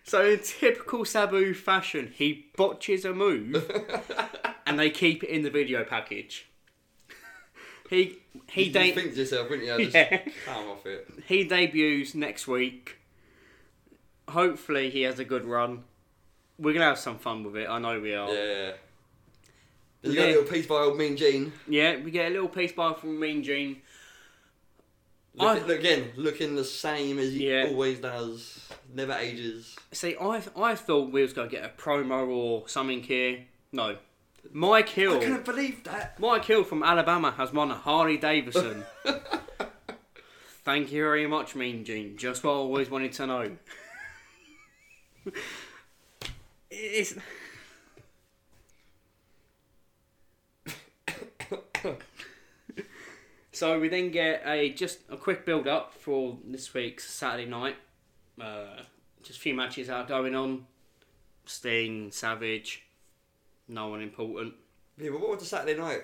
C: So in typical Sabu fashion, he botches a move, and they keep it in the video package. He he
D: you
C: de-
D: think to yourself, wouldn't you? Just
C: Yeah.
D: calm off it.
C: he debuts next week. Hopefully, he has a good run. We're gonna have some fun with it. I know we are.
D: Yeah. This You got a
C: Yeah.
D: little piece by old Mean Gene.
C: Yeah, we get a little piece by from Mean Gene.
D: Look,
C: I-
D: look again, looking the same as he
C: Yeah.
D: always does. Never ages.
C: See, I I thought we was gonna get a promo or something here. No, Mike
D: I
C: Hill,
D: couldn't believe that.
C: Mike Hill from Alabama has won a Harley Davidson. Thank you very much, Mean Gene. Just what I always wanted to know. it's so we then get a just a quick build up for this week's Saturday night. Uh, just a few matches out going on. Sting, Savage, no one important.
D: Yeah, but what was the Saturday night?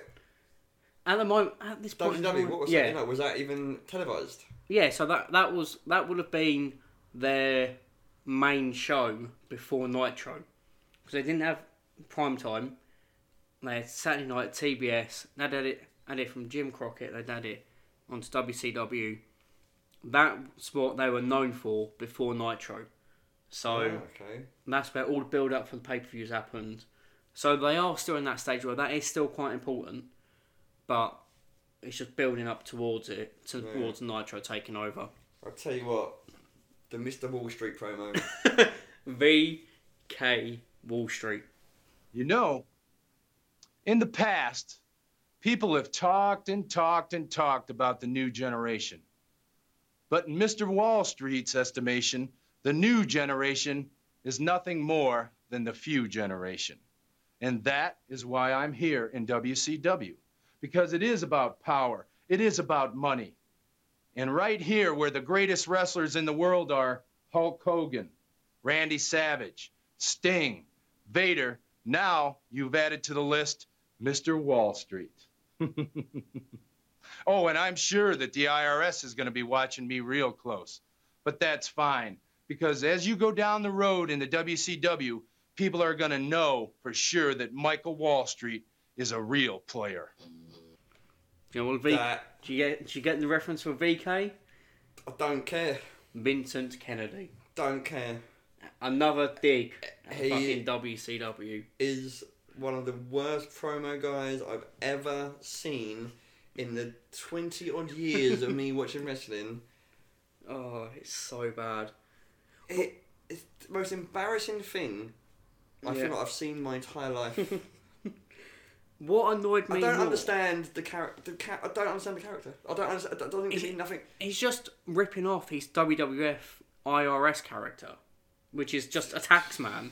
C: At the moment, at this point, in
D: WW,
C: time-
D: what was
C: yeah,
D: Saturday night? Was that even televised?
C: yeah. So that that was that would have been their main show before Nitro, because they didn't have prime time. They had Saturday night TBS. They had it had it from Jim Crockett. They had it onto WCW. That's what they were known for before Nitro. So
D: Oh, okay.
C: that's where all the build up for the pay per views happened. So they are still in that stage where that is still quite important, but it's just building up towards it, to, towards Nitro taking over.
D: I'll tell you what, the Mr. Wall Street promo.
C: VK Wall Street.
G: You know, in the past, people have talked and talked and talked about the new generation. But in Mr. Wall Street's estimation, the new generation is nothing more than the few generation. And that is why I'm here in WCW, because it is about power, it is about money. And right here, where the greatest wrestlers in the world are Hulk Hogan, Randy Savage, Sting, Vader, now you've added to the list Mr. Wall Street. oh, and I'm sure that the IRS is going to be watching me real close. But that's fine, because as you go down the road in the WCW, people are going to know for sure that Michael Wall Street is a real player.
C: You know what V?
D: That-
C: Do you get do you get the reference for VK?
D: I don't care.
C: Vincent Kennedy.
D: Don't care.
C: Another dig at
D: He-
C: fucking WCW.
D: Is one of the worst promo guys I've ever seen in the 20 odd years of me watching wrestling.
C: Oh, it's so bad.
D: It, it's the most embarrassing thing I
C: Yeah.
D: feel like I've seen my entire life.
C: What annoyed me?
D: I don't
C: more-
D: understand the character. Ca- I don't understand the character. I don't understand. I don't think
C: Is
D: it
C: it-
D: means nothing.
C: He's just ripping off his WWF IRS character, which is just a tax man.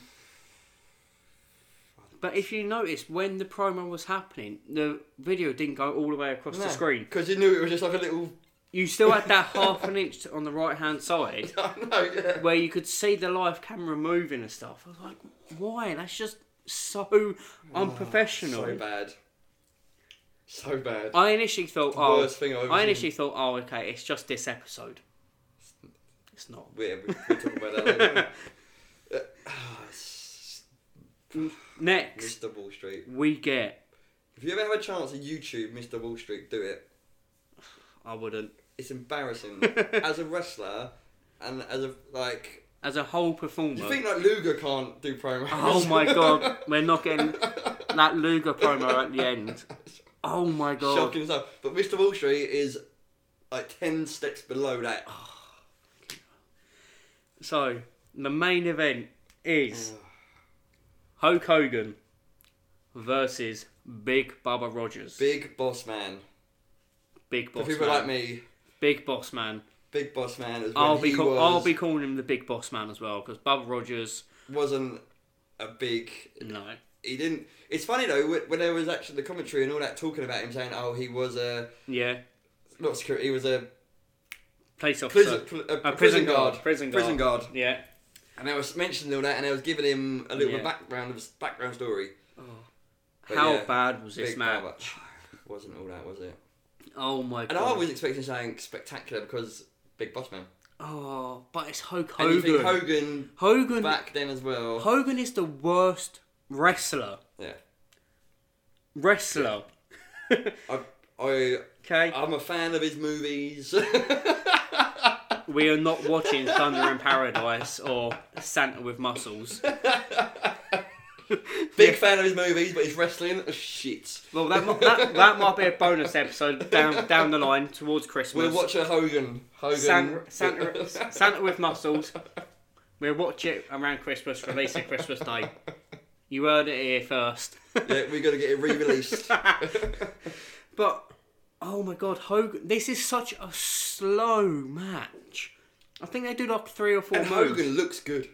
C: But if you notice, when the promo was happening, the video didn't go all the way across the screen.
D: Because you knew it was just like a little.
C: You still had that half an inch on the right hand side
D: I know, yeah.
C: where you could see the live camera moving and stuff. I was like, why? That's just so unprofessional.
D: Oh, So bad. So bad.
C: I initially thought, oh,
D: Worst thing I've ever
C: I initially thought, oh, okay, it's just this episode. It's not.
D: Yeah, we- we'll talk about that later.
C: Next,
D: Mr. Wall Street.
C: we get
D: If you ever have a chance to YouTube Mr. Wall Street, do it.
C: I wouldn't.
D: It's embarrassing as a wrestler and as a like.
C: As a whole performer.
D: You think like Luger can't do promos?
C: oh my god, we're not getting that Luger promo at the end. Oh my god.
D: Shocking stuff. But Mr. Wall Street is like ten steps below that.
C: So, the main event is Hulk Hogan versus Big Bubba Rogers.
D: Big Boss Man.
C: Big
D: For
C: Boss
D: people
C: Man.
D: like me,
C: Big Boss Man.
D: Big Boss Man is when
C: I'll be
D: he
C: call-
D: was,
C: I'll be calling him the Big Boss Man as well because Bubba Rogers.
D: wasn't a big.
C: No.
D: He didn't. It's funny though when- when there was actually the commentary and all that talking about him saying, "Oh, he was a
C: Yeah.
D: not security. He was a
C: Police officer.
D: prison, pl- a,
C: Uh,
D: prison, guard,
C: Prison guard.
D: prison guard."
C: Yeah.
D: And they was mentioning all that, and they was giving him a little bit
C: Yeah.
D: of background of his background story. But
C: How
D: yeah,
C: bad was this
D: Big
C: match?
D: Bubba. Wasn't all that, was it?
C: Oh my
D: And
C: god.
D: I was expecting something spectacular because Big Boss Man.
C: Oh, but it's Hulk
D: And you think
C: Hogan.
D: Hogan
C: Hogan,
D: back then as well.
C: Hogan is the worst wrestler.
D: yeah.
C: Wrestler.
D: I, I,
C: Okay,
D: I'm a fan of his movies.
C: we are not watching Thunder in Paradise or Santa with Muscles.
D: Big fan of his movies, but his wrestling oh, shit.
C: Well, that, mi- that that might be a bonus episode down down the line towards Christmas.
D: We'll watch a Hogan. Hogan.
C: Santa, Santa, Santa with muscles. We'll watch it around Christmas, release it Christmas Day. You heard it here first.
D: yeah, we got to get it re-released.
C: But oh my god, Hogan! This is such a slow match. I think they do like three or four
D: and
C: moves,
D: Hogan looks good.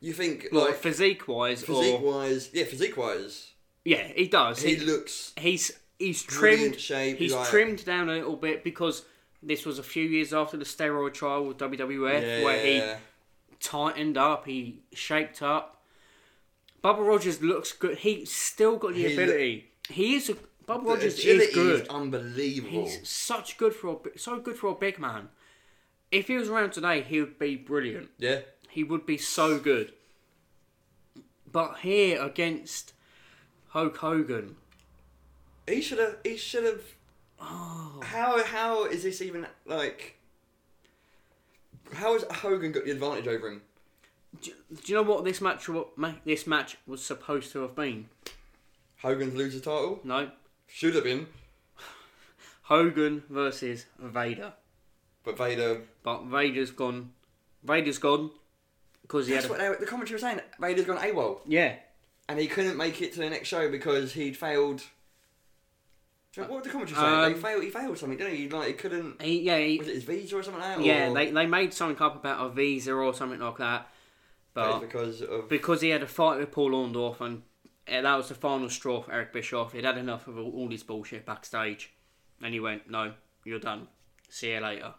D: You think
C: like
D: like
C: physique wise,
D: physique
C: or
D: wise? Yeah, physique wise,
C: yeah, he does.
D: he
C: He,
D: looks.
C: he's he's
D: really in
C: trimmed.
D: shape,
C: he's
D: like-
C: trimmed down a little bit because this was a few years after the steroid trial with WWF,
D: Yeah,
C: where he tightened up, he shaped up. Bubba Rogers looks good. He still got the
D: He lo-
C: ability. he is a, Bubba
D: the
C: Rogers
D: agility
C: is good.
D: unbelievable.
C: He's such good for a bi- so good for a big man. If he was around today, he would be brilliant.
D: yeah,
C: He would be so good. But here against Hulk Hogan,
D: he should have. He should have.
C: Oh.
D: How how is this even like? How has Hogan got the advantage over him?
C: do, do you know what this match wa- ma- this match was supposed to have been?
D: Hogan's loser title
C: No,
D: should have been,
C: Hogan versus Vader.
D: but Vader.
C: But Vader's gone. Vader's gone because he
D: That's
C: had.
D: what
C: A,
D: they, were- the commentary was saying. Vader's gone AWOL.
C: yeah,
D: and he couldn't make it to the next show because he'd failed. What did the commentary say?
C: Um,
D: they failed. He failed something, didn't he? Like he couldn't.
C: he, yeah, he,
D: Was it his visa or something like that?
C: yeah.
D: or
C: They, they made something up about a visa or something like that.
D: That is
C: But
D: because of
C: because he had a fight with Paul Orndorff and eh, that was the final straw for Eric Bischoff. He'd had enough of all, all this bullshit backstage, and he went, "No, you're done. See you later."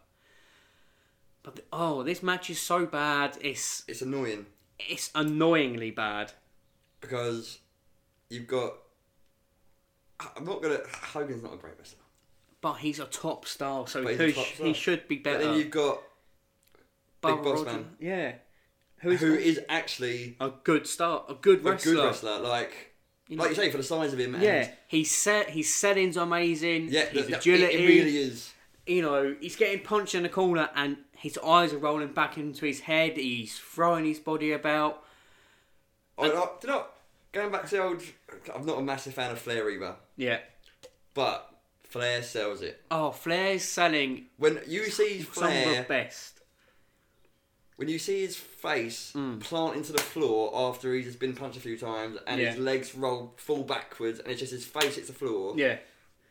C: But th- oh, this match is so bad. It's
D: it's annoying
C: it's annoyingly bad.
D: because you've got. I'm not gonna. Hogan's not a great wrestler,
C: But he's a top star, so
D: But he's
C: who
D: a
C: sh-
D: top star.
C: he should be
D: but
C: better.
D: then you've got
C: Barbara
D: Big Boss
C: Rogers-
D: Man.
C: Yeah. Who's
D: who is actually
C: a good start, a good
D: a
C: wrestler.
D: good wrestler, like.
C: know-
D: like you say, for the size of him, and
C: Yeah, he's set. His setting's amazing.
D: yeah,
C: his
D: the- the-
C: agility.
D: It really is.
C: You know, he's getting punched in the corner, and his eyes are rolling back into his head. He's throwing his body about.
D: I, I, do you know, what? going back to the old, I'm not a massive fan of Flair either,
C: Yeah.
D: but Flair sells it.
C: Oh, Flair's selling
D: When you see
C: some of the
D: Flair,
C: best.
D: when you see his face
C: Mm.
D: plant into the floor after he's just been punched a few times and his
C: Yeah.
D: legs roll fall backwards and it's just his face hits the floor,
C: Yeah.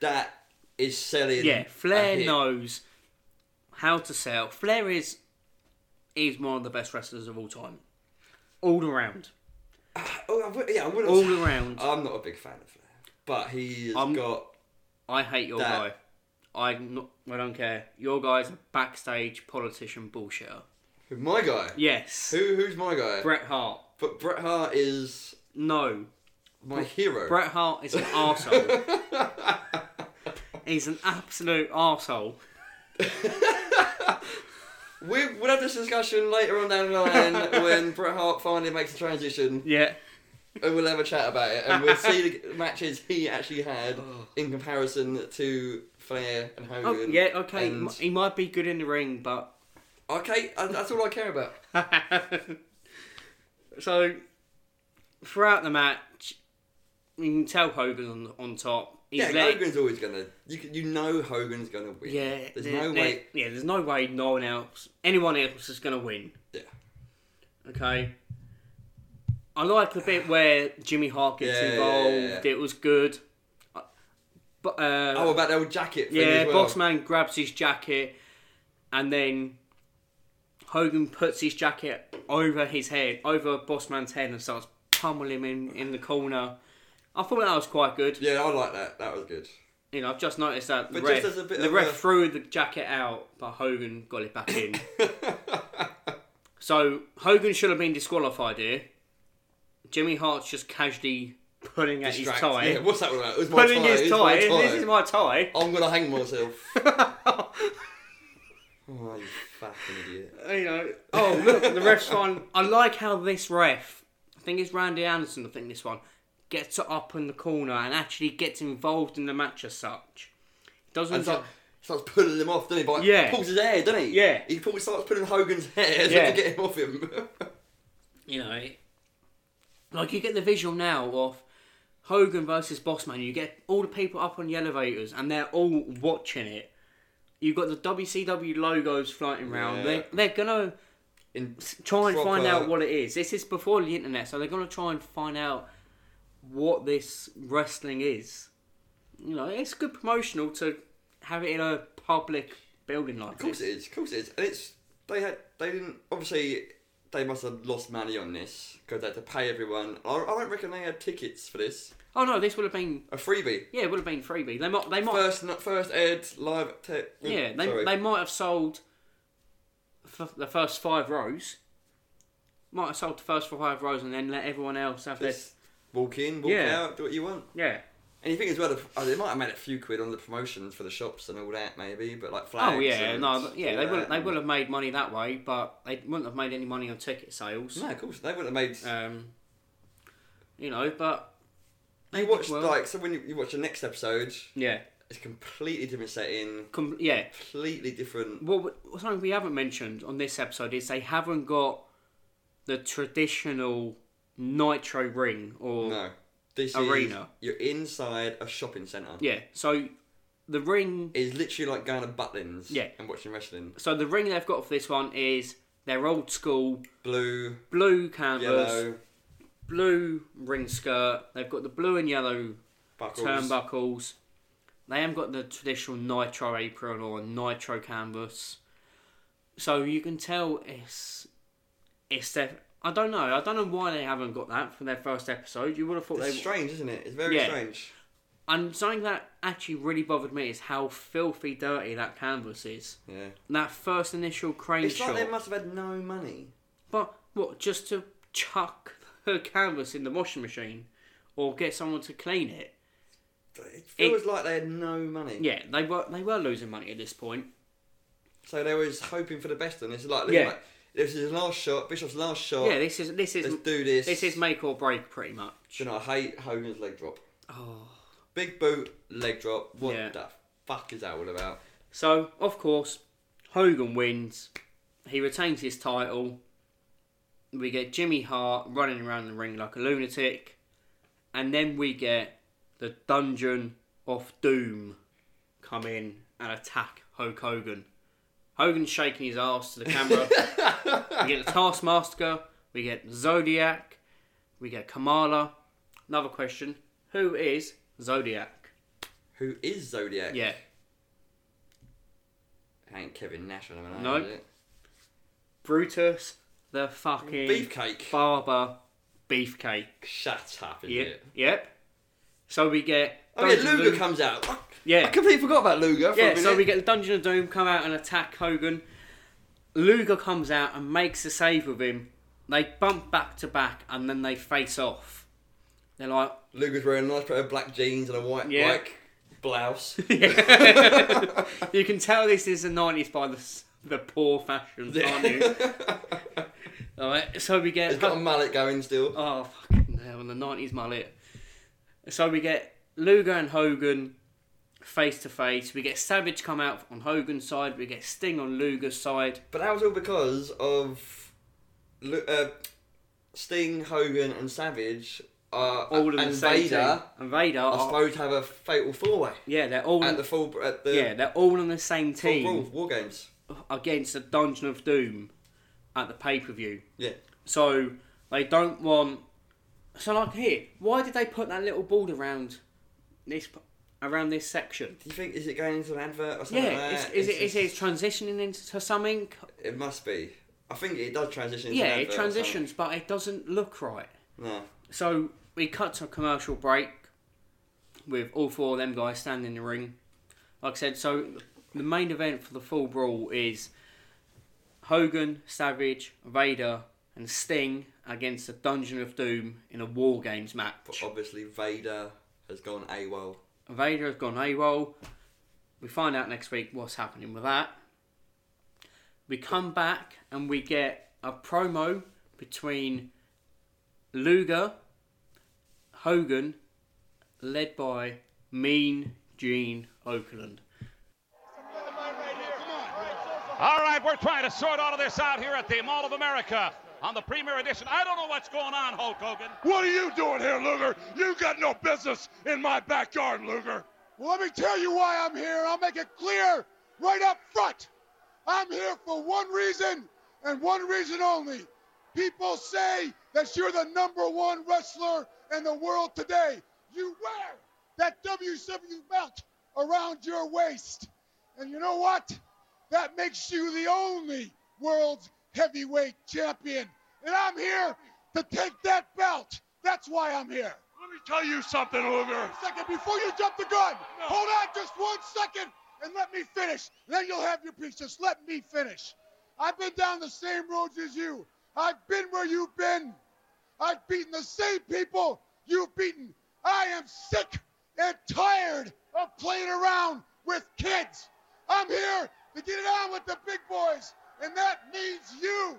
D: that is selling.
C: Yeah.
D: a
C: Flair
D: hit.
C: knows how to sell. Flair is is one of the best wrestlers of all time, all around.
D: Oh, I would- yeah, I wouldn't-
C: All around.
D: I'm not a big fan of Flair, but he's
C: I'm-
D: got.
C: I hate your
D: That-
C: guy. I not, I don't care. Your guy's a backstage politician bullshitter.
D: who- My guy.
C: Yes.
D: Who, who's my guy?
C: Bret Hart.
D: But Bret Hart is
C: No.
D: my hero.
C: Bret Hart is an arsehole. He's an absolute arsehole.
D: We, we'll have this discussion later on down the line when Bret Hart finally makes the transition.
C: Yeah.
D: and we'll have a chat about it, and we'll see the matches he actually had in comparison to Flair and Hogan.
C: Oh, yeah, okay.
D: and-
C: He might be good in the ring, but.
D: okay, and that's all I care about.
C: so, throughout the match, you can tell Hogan on, on top. He's
D: Yeah,
C: letting-
D: Hogan's always gonna. You can- you know Hogan's gonna win.
C: Yeah,
D: there's
C: there-
D: no
C: there-
D: way.
C: Yeah, there's no way no one else, anyone else is going to win.
D: Yeah,
C: Okay. I like the bit where Jimmy Hart gets
D: Yeah, yeah,
C: involved.
D: yeah, yeah.
C: It was good. Uh, But uh,
D: Oh, about the old jacket thing
C: yeah,
D: as well.
C: boss man grabs his jacket, and then Hogan puts his jacket over his head, over boss man's head, and starts pummeling him in, in the corner. I thought that was quite good.
D: Yeah, I like that. That was good.
C: You know, I've just noticed that the
D: But just
C: ref,
D: as a bit
C: the
D: of
C: ref
D: a-
C: threw the jacket out, but Hogan got it back in. so Hogan should have been disqualified here. Jimmy Hart's just casually pulling at
D: Distract-
C: his tie.
D: Yeah, what's that all about? It was my
C: pulling
D: tie.
C: his
D: it's
C: tie.
D: my
C: This is
D: tie.
C: my tie.
D: I'm gonna hang myself. oh, you fucking idiot.
C: You know. Oh look, the ref's on. I like how this ref. I think it's Randy Anderson. I think this one gets up in the corner and actually gets involved in the match as such. Doesn't
D: And start, starts pulling him off, doesn't he? Like,
C: Yeah.
D: Pulls his hair, doesn't he?
C: Yeah.
D: He pulls, starts pulling Hogan's hair
C: Yeah.
D: to get him off him.
C: you know, Like you get the visual now of Hogan versus Bossman. You get all the people up on the elevators and they're all watching it. You've got the WCW logos floating around.
D: Yeah.
C: They, they're gonna
D: In
C: try and find
D: proper-
C: out what it is. This is before the internet, so they're gonna try and find out what this wrestling is. You know, it's good promotional to have it in a public building like
D: Of course
C: this.
D: it is. Of course it is. And it's they had they didn't obviously they must have lost money on this because they had to pay everyone. I, I don't reckon they had tickets for this.
C: Oh no, this would have been
D: A freebie.
C: yeah, it would have been freebie. They might they might
D: First, not first aired live. Te-
C: Yeah, they,
D: sorry.
C: they might have sold f- the first five rows. Might have sold the first five rows and then let everyone else have their.
D: Just walk in, walk
C: Yeah.
D: out, do what you want.
C: Yeah.
D: And you think as well, the- oh, they might have made a few quid on the promotions for the shops and all that, maybe, but like flags.
C: Oh yeah,
D: and
C: no, th- yeah,
D: all
C: they
D: that
C: would they
D: and-
C: would have made money that way, but they wouldn't have made any money on ticket sales.
D: No, of course they wouldn't have made.
C: Um, you know, but
D: you watch
C: well.
D: like so when you, you watch the next episode,
C: yeah,
D: it's completely different setting,
C: com- yeah.
D: completely different.
C: What we- something we haven't mentioned on this episode is they haven't got the traditional nitro ring or
D: No, this
C: Arena.
D: Is, you're inside a shopping centre.
C: yeah. So the ring
D: It's literally like going to Butlins.
C: Yeah.
D: And watching wrestling.
C: So the ring they've got for this one is their old school
D: Blue,
C: blue canvas,
D: yellow,
C: blue ring skirt. They've got the blue and yellow
D: buckles.
C: turnbuckles. They haven't got the traditional nitro apron or nitro canvas. So you can tell it's it's their. I don't know. I don't know why they haven't got that for their first episode. You would have thought
D: It's
C: they.
D: strange, isn't it? It's very
C: Yeah.
D: strange.
C: and something that actually really bothered me is how filthy dirty that canvas is.
D: Yeah.
C: That first initial crane
D: It's
C: shot.
D: like they must have had no money.
C: But what? Just to chuck the canvas in the washing machine, or get someone to clean it?
D: It feels like they had no money.
C: Yeah, they were they were losing money at this point.
D: So they was hoping for the best on this. Like,
C: Yeah.
D: like, this is his last shot. Bishop's last shot.
C: Yeah, this is this is
D: Let's do this.
C: this is make or break pretty much.
D: Do you know, I hate Hogan's leg drop.
C: Oh.
D: Big boot, leg drop. What
C: Yeah.
D: the fuck is that all about?
C: So of course, Hogan wins. He retains his title. We get Jimmy Hart running around the ring like a lunatic, and then we get the Dungeon of Doom come in and attack Hulk Hogan. Hogan's shaking his ass to the camera. we get the Taskmaster. We get Zodiac. We get Kamala. Another question: Who is Zodiac?
D: Who is Zodiac?
C: Yeah,
D: Ain't Kevin Nash on him,
C: Nope.
D: is it?
C: Brutus, the fucking
D: Beefcake.
C: barber, beefcake.
D: Shut up,
C: Yep,
D: idiot.
C: yep. So we get.
D: Oh yeah,
C: Dungeon of
D: Luger
C: Doom-
D: comes out. I-
C: Yeah.
D: I completely forgot about Luger. For a
C: Yeah,
D: minute.
C: so we get the Dungeon of Doom come out and attack Hogan. Luger comes out and makes a save with him. They bump back to back and then they face off. They're like,
D: Luger's wearing a nice pair of black jeans and a white
C: Yeah.
D: like blouse.
C: you can tell this is the nineties by the s- the poor fashion, aren't you? All right, so we get
D: He's got a mallet going still.
C: Oh fucking hell! On the nineties mullet. So we get Luger and Hogan face to face. We get Savage come out on Hogan's side. We get Sting on Luger's side.
D: But that was all because of Lu- uh, Sting, Hogan, and Savage are
C: All of
D: Uh, and
C: the same
D: Vader
C: team. And Vader.
D: are
C: Are,
D: supposed to have a fatal four way
C: yeah, they're all.
D: at the full at the
C: yeah, they're all on the same
D: full war,
C: team
D: war games.
C: against the Dungeon of Doom at the pay per view.
D: Yeah,
C: So they don't want. So like here, why did they put that little board around this around this section?
D: do you think is it going into an advert or something?
C: Yeah,
D: like
C: is,
D: that?
C: is, it,
D: It's
C: is it transitioning into something?
D: just- It must be. I think it does transition. Into
C: Yeah,
D: an
C: it
D: advert or something.
C: transitions, but it doesn't look right.
D: No,
C: So we cut to a commercial break with all four of them guys standing in the ring. Like I said, so the main event for the full brawl is Hogan, Savage, Vader, and Sting against the Dungeon of Doom in a War Games match.
D: but obviously Vader has gone AWOL.
C: Vader has gone AWOL. We find out next week what's happening with that. We come back and we get a promo between Luger, Hogan, led by Mean Gene Oakland.
A: All right, we're trying to sort all of this out here at the Mall of America.
E: on the premier edition. I don't know what's going on, Hulk Hogan.
F: What are you doing here, Luger? You got no business in my backyard, Luger. Well, let me tell you why I'm here. I'll make it clear right up front. I'm here for one reason and one reason only. People say that you're the number one wrestler in the world today. You wear that WCW belt around your waist. And you know what? That makes you the only world's heavyweight champion. And I'm here to take that belt. That's why I'm here. Let me tell you something, Luger. Second, before you jump the gun, hold on just one second and let me finish. Then you'll have your piece. Just let me finish. I've been down the same roads as you. I've been where you've been. I've beaten the same people you've beaten. I am sick and tired of playing around with kids. I'm here to get it on with the big boys, and that means you.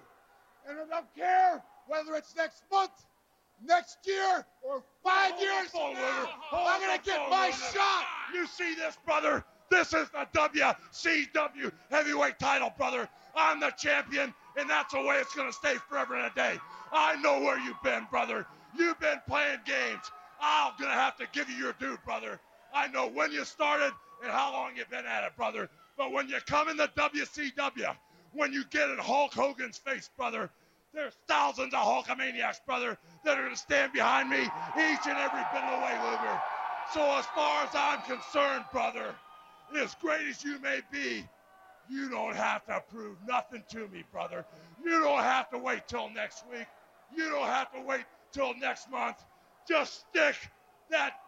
F: And I don't care whether it's next month, next year, or five years from now. I'm gonna get my shot. You see this, brother? This is the WCW heavyweight title, brother. I'm the champion, and that's the way it's gonna stay forever and a day. I know where you've been, brother. You've been playing games. I'm gonna have to give you your due, brother. I know when you started and how long you've been at it, brother. But when you come in the WCW, when you get in Hulk Hogan's face, brother, there's thousands of Hulkamaniacs, brother, that are gonna stand behind me each and every bit of the way, Luger. So as far as I'm concerned, brother, as great as you may be, you don't have to prove nothing to me, brother. You don't have to wait till next week. You don't have to wait till next month. Just stick that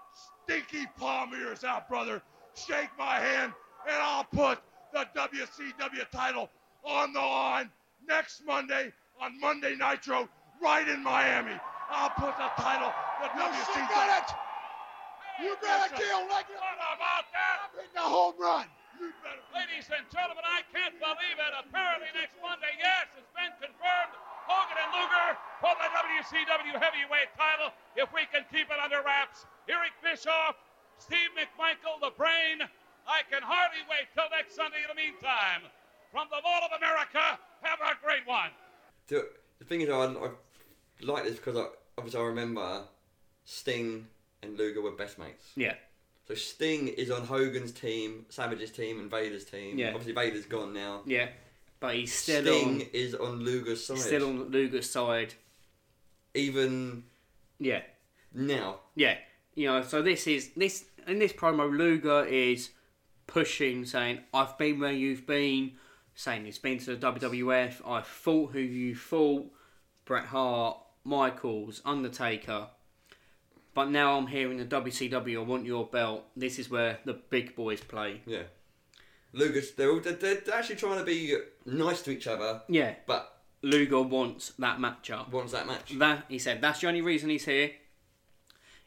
F: stinky palm of yours out, brother. Shake my hand, and I'll put the WCW title on the line next Monday on Monday Nitro right in Miami. I'll put the title, the WCW. You got it. You got a deal like it.
E: What about that?
F: Hitting a home run. You better
E: Ladies and gentlemen, I can't believe it. Apparently next Monday, yes, it's been confirmed. Hogan and Luger for the WCW heavyweight title. If we can keep it under wraps, Eric Bischoff, Steve McMichael, the brain. I can hardly wait till next Sunday in the meantime. From the Mall of America, have a great one.
D: The, the thing is, I, I like this because I, obviously I remember Sting and Luger were best mates.
C: Yeah.
D: So Sting is on Hogan's team, Savage's team, and Vader's team.
C: Yeah.
D: Obviously, Vader's gone now.
C: Yeah. But he's still
D: Sting is on Luger's side.
C: on still on Luger's side.
D: Even
C: Yeah.
D: now.
C: Yeah. You know, so this is this in this promo Luger is pushing, saying, I've been where you've been, saying it's been to the WWF, I fought who you fought, Bret Hart, Michaels, Undertaker. But now I'm here in the WCW, I want your belt. This is where the big boys play.
D: Yeah. Luger's. They're, all, they're, they're actually trying to be nice to each other,
C: Yeah.
D: but
C: Luger wants that matchup.
D: wants that match.
C: That he said that's the only reason he's here.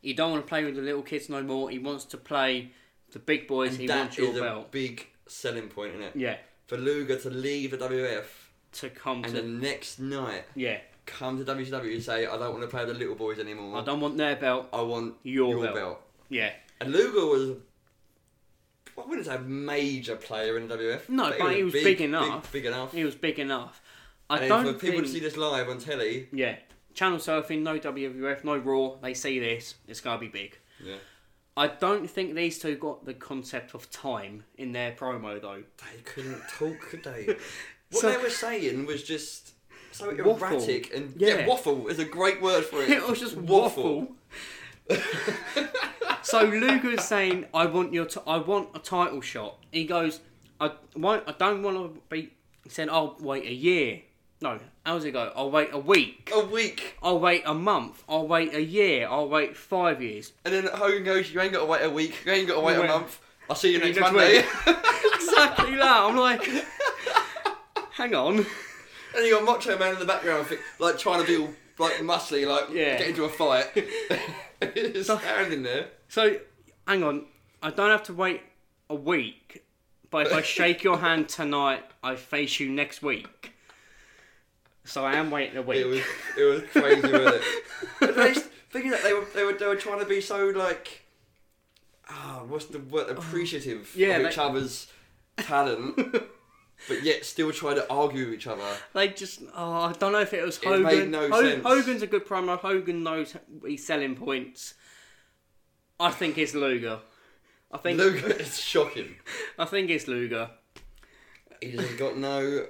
C: He don't want to play with the little kids no more. He wants to play the big boys. he
D: that
C: wants your
D: is a
C: belt.
D: big selling point in it.
C: yeah,
D: For Luger to leave the WF
C: to come
D: and
C: to
D: the next night
C: yeah.
D: come to WCW and say, I don't want to play with the little boys anymore.
C: I don't want their belt.
D: I want
C: Your belt."
D: belt.
C: Yeah,
D: And Luger was, I wouldn't say a major player in WF.
C: No, but he was big enough.
D: Big, enough.
C: he was big enough. I
D: and
C: don't
D: for people
C: think.
D: to see this live on telly,
C: Yeah, channel surfing, no WWF, no Raw. They see this, it's gonna be big.
D: yeah,
C: I don't think these two got the concept of time in their promo though.
D: they couldn't talk, could they? What
C: So-
D: they were saying was just so
C: Waffle.
D: erratic and yeah.
C: Yeah.
D: waffle is a great word for it.
C: it was just waffle. so Luger's saying, "I want your, t- I want a title shot." He goes, "I won't, I don't want to be." He said, "I'll wait a year." No, how's it go? I'll wait a week.
D: A week,
C: I'll wait a month. I'll wait a year. I'll wait five years.
D: and then Hogan goes, "You ain't got to wait a week. You ain't got to wait a
C: Well-
D: month. I'll see you next
C: next
D: Monday."
C: Exactly that. I'm like, hang on.
D: and you got Macho Man in the background, fi- like trying to be all like muscly, like
C: Yeah.
D: get into a fight. He's standing there.
C: So, hang on. I don't have to wait a week, but if I shake your hand tonight, I face you next week. So I am waiting a week.
D: It was it was crazy, wasn't it? But they, thinking that they were they were they were trying to be so like, ah, what's the word? Appreciative
C: Oh. Yeah,
D: of
C: they-
D: each other's talent. but yet still try to argue with each other.
C: They just, oh, I don't know if it was
D: made
C: Hogan.
D: no
C: Ho-
D: sense.
C: Hogan's a good promo. Hogan knows he's selling points. I think it's Luger. I think
D: Luger is shocking.
C: I think it's Luger.
D: He has got no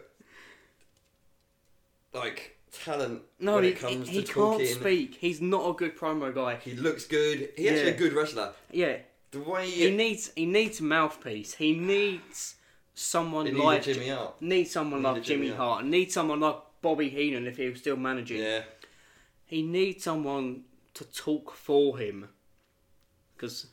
D: like talent
C: No,
D: when
C: he,
D: it comes
C: he- he
D: to
C: can't
D: talking.
C: speak. He's not a good promo guy.
D: He looks good. He's actually
C: Yeah.
D: a good wrestler.
C: Yeah,
D: The way
C: he needs he needs a mouthpiece. He needs someone
D: He needs a
C: like
D: Jimmy Hart.
C: Needs someone
D: needs
C: like
D: a
C: Jimmy,
D: Jimmy
C: Hart. Needs someone like Bobby Heenan if he was still managing.
D: yeah,
C: He needs someone to talk for him because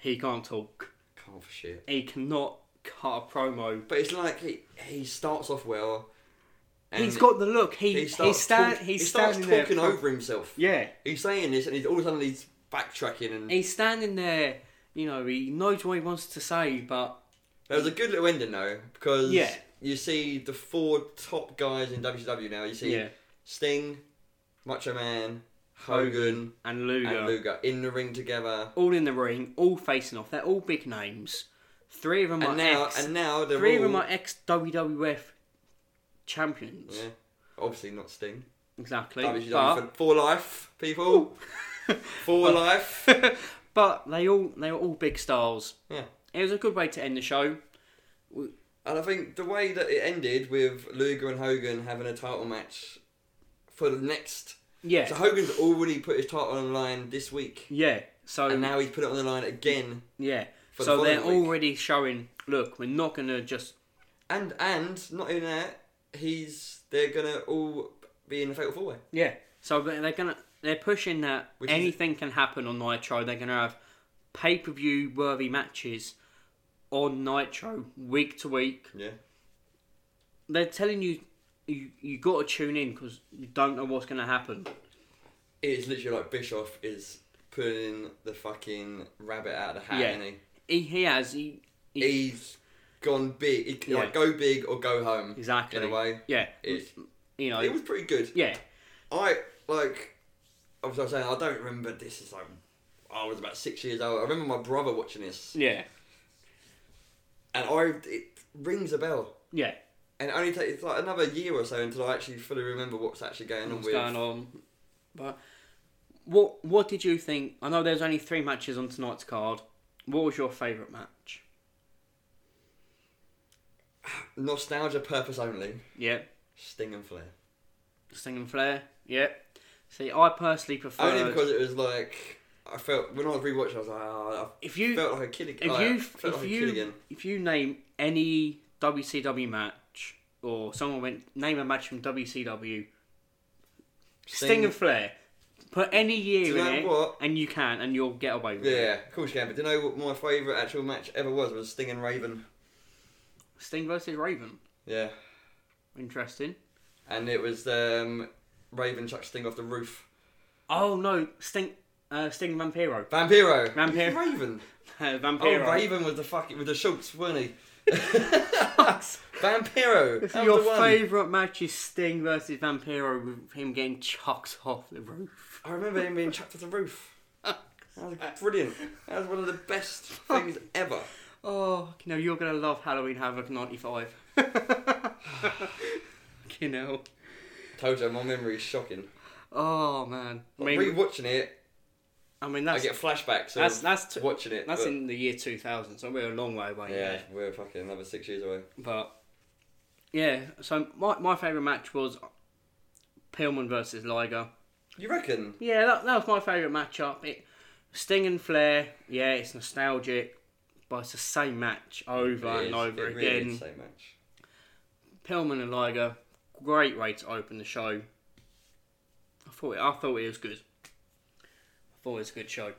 C: he can't talk.
D: can't for shit.
C: he cannot cut a promo.
D: But it's like he he starts off well. And
C: he's got the look. He
D: he
C: he's
D: starts,
C: stand,
D: talk-
C: he's
D: he starts
C: standing there.
D: talking
C: pro-
D: over himself.
C: Yeah,
D: He's saying this, and he's all of a sudden he's backtracking. And
C: he's standing there. You know, he knows what he wants to say, but
D: there was a good little ending though, because
C: Yeah.
D: you see the four top guys in WCW now. You see
C: Yeah.
D: Sting, Macho Man, Hogan,
C: and Luger,
D: and Luger in the ring together.
C: all in the ring, all facing off. They're all big names. Three of them are
D: And now,
C: ex.
D: and now they're
C: three of
D: all
C: them are ex WWF champions.
D: yeah, obviously not Sting.
C: Exactly,
D: WCW
C: but,
D: for, for life, people. for life.
C: but they all they were all big stars.
D: Yeah.
C: It was a good way to end the show.
D: And I think the way that it ended with Luger and Hogan having a title match for the next.
C: Yeah,
D: So Hogan's already put his title on the line this week,
C: yeah. So
D: and now he's put it on the line again.
C: Yeah.
D: for the
C: so they're
D: following week.
C: already showing. Look, we're not gonna just.
D: And and not even that, he's they're gonna all be in the fatal four way.
C: Yeah. So they- they're gonna. They're pushing that
D: Which is-
C: anything can happen on Nitro. They're gonna have pay per view worthy matches on Nitro week to week.
D: Yeah.
C: They're telling you you you got to tune in because you don't know what's gonna happen.
D: It is literally like Bischoff is pulling the fucking rabbit out of the hat,
C: Yeah.
D: and
C: He, he has he, he-
D: he he's gone big. He, can
C: Yeah.
D: Like go big or go home.
C: exactly
D: In a way.
C: Yeah.
D: It's-
C: you know.
D: It was pretty good.
C: yeah.
D: I like. I was saying I don't remember. This is like I was about six years old. I remember my brother watching this,
C: Yeah.
D: and I it rings a bell.
C: Yeah.
D: And it only takes it's like another year or so until I actually fully remember what's actually going on
C: what's
D: with.
C: going on. But what what did you think? I know there's only three matches on tonight's card. What was your favourite match?
D: Nostalgia purpose only.
C: Yeah,
D: Sting and Flair.
C: Sting and Flair. Yeah. See, I personally
D: Only
C: prefer.
D: because it was like I felt when I was rewatching, I was like, oh, I
C: If you
D: felt like a kid again.
C: if
D: Like,
C: you
D: I felt
C: if
D: like a kid
C: you
D: again.
C: if you name any WCW match or someone went name a match from WCW, Sting, and Flair. Put any year
D: Do you
C: in
D: know
C: it,
D: what?
C: and you can, and you'll get away with it.
D: Yeah, of course you can. But do you know what my favourite actual match ever was? Was Sting and Raven.
C: Sting versus Raven.
D: Yeah.
C: Interesting.
D: And it was um, Raven chucked Sting off the roof.
C: Oh no, Sting, uh, Sting Vampiro.
D: Vampiro.
C: Vampiro.
D: Raven.
C: Uh,
D: Oh,
C: Vampiro.
D: Raven with the fucking with the shorts, weren't he? Vampiro. that was
C: Your
D: the one.
C: favourite match is Sting versus Vampiro with him getting chucked off the roof.
D: I remember him being chucked off the roof. That was brilliant. That was one of the best things ever.
C: Oh, you know, you're going to love Halloween Havoc 95. you know.
D: Told you, my memory is shocking.
C: Oh, man. I mean,
D: Rewatching it,
C: I mean
D: I
C: that's,
D: get flashbacks. Of
C: that's, that's, t-
D: watching it.
C: that's
D: but-
C: in the year 2000, so we're a long way away.
D: yeah,
C: Yeah.
D: we're fucking another six years away.
C: But, yeah, so my, my favourite match was Pillman versus Liger.
D: You reckon?
C: Yeah, that, that was my favourite matchup. It Sting and Flair. Yeah, it's nostalgic, but it's the same match over
D: It is.
C: and over
D: It really
C: again.
D: is the same match.
C: Pillman and Liger. Great way to open the show. I thought it, I thought it was good. I thought it was a good show.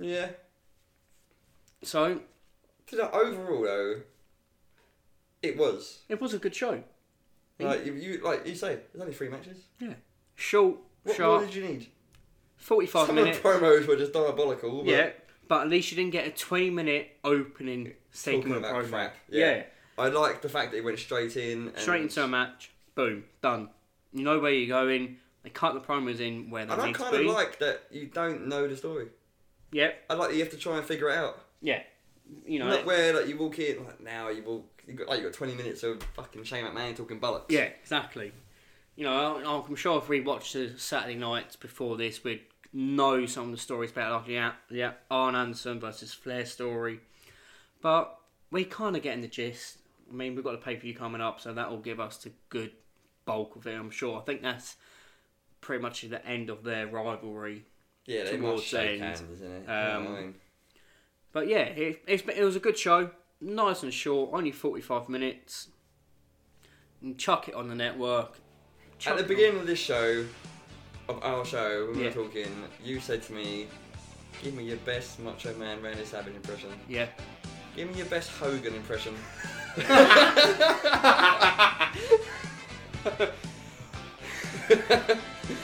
D: Yeah.
C: So
D: To the overall though, it was
C: it was a good show. Hmm?
D: like you, you like you say. There's only three matches.
C: Yeah, short,
D: What more
C: sharp,
D: did you need?
C: forty-five
D: Some
C: minutes.
D: of the promos were just diabolical. But
C: yeah, but at least you didn't get a twenty-minute opening
D: Talking
C: segment
D: about
C: promo.
D: crap.
C: yeah,
D: I like the fact that it went straight in. And
C: straight into a match. Boom, done. You know where you're going. They cut the promos in where they
D: And I
C: need to
D: kind of
C: be.
D: like that you don't know the story.
C: Yep,
D: I like that you have to try and figure it out.
C: yeah. You know,
D: Not where like you walk in like now you walk you got like you got twenty minutes of fucking Shane McMahon talking bollocks.
C: Yeah, exactly. You know, I- I'm sure if we watched the Saturday nights before this, we'd know some of the stories about like the, Ar- the Ar- Arn Anderson versus Flair story. But we kind of getting the gist. I mean, we've got a pay per view coming up, so that will give us the good bulk of it, I'm sure. I think that's pretty much the end of their rivalry.
D: yeah, they
C: towards
D: must shake
C: end.
D: hands, isn't it? You know what I
C: Um,
D: mean?
C: But yeah, it, it's, it was a good show. Nice and short, only 45 minutes. And chuck it on the network. Chuck
D: At
C: it
D: the
C: on-
D: beginning of this show, of our show, when we
C: Yeah.
D: were talking, you said to me, "Give me your best Macho Man Randy Savage impression.
C: Yeah.
D: Give me your best Hogan impression."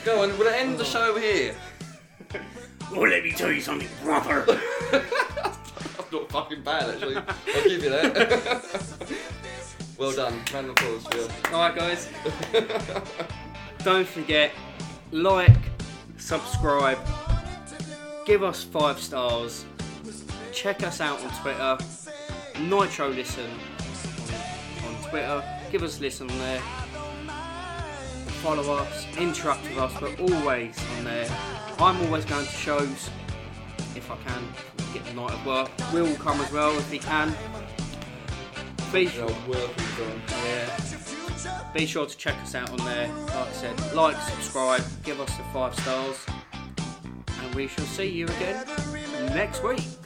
D: Go on, we'll end the show here.
C: Well, Oh, let me tell you something, brother.
D: That's not fucking bad, actually. I'll give you that. well done. Round of applause, Will.
C: Alright, guys. Don't forget, like, subscribe, give us five stars, check us out on Twitter, Nitro Listen on, on Twitter, give us a listen on there, follow us, interact with us, we're always on there. I'm always going to shows if I can, get the night of work. Will will come as well if he can. Please,
D: Well, well done.
C: yeah. Be sure to check us out on there. Like I said, like, subscribe, give us the five stars, and we shall see you again next week.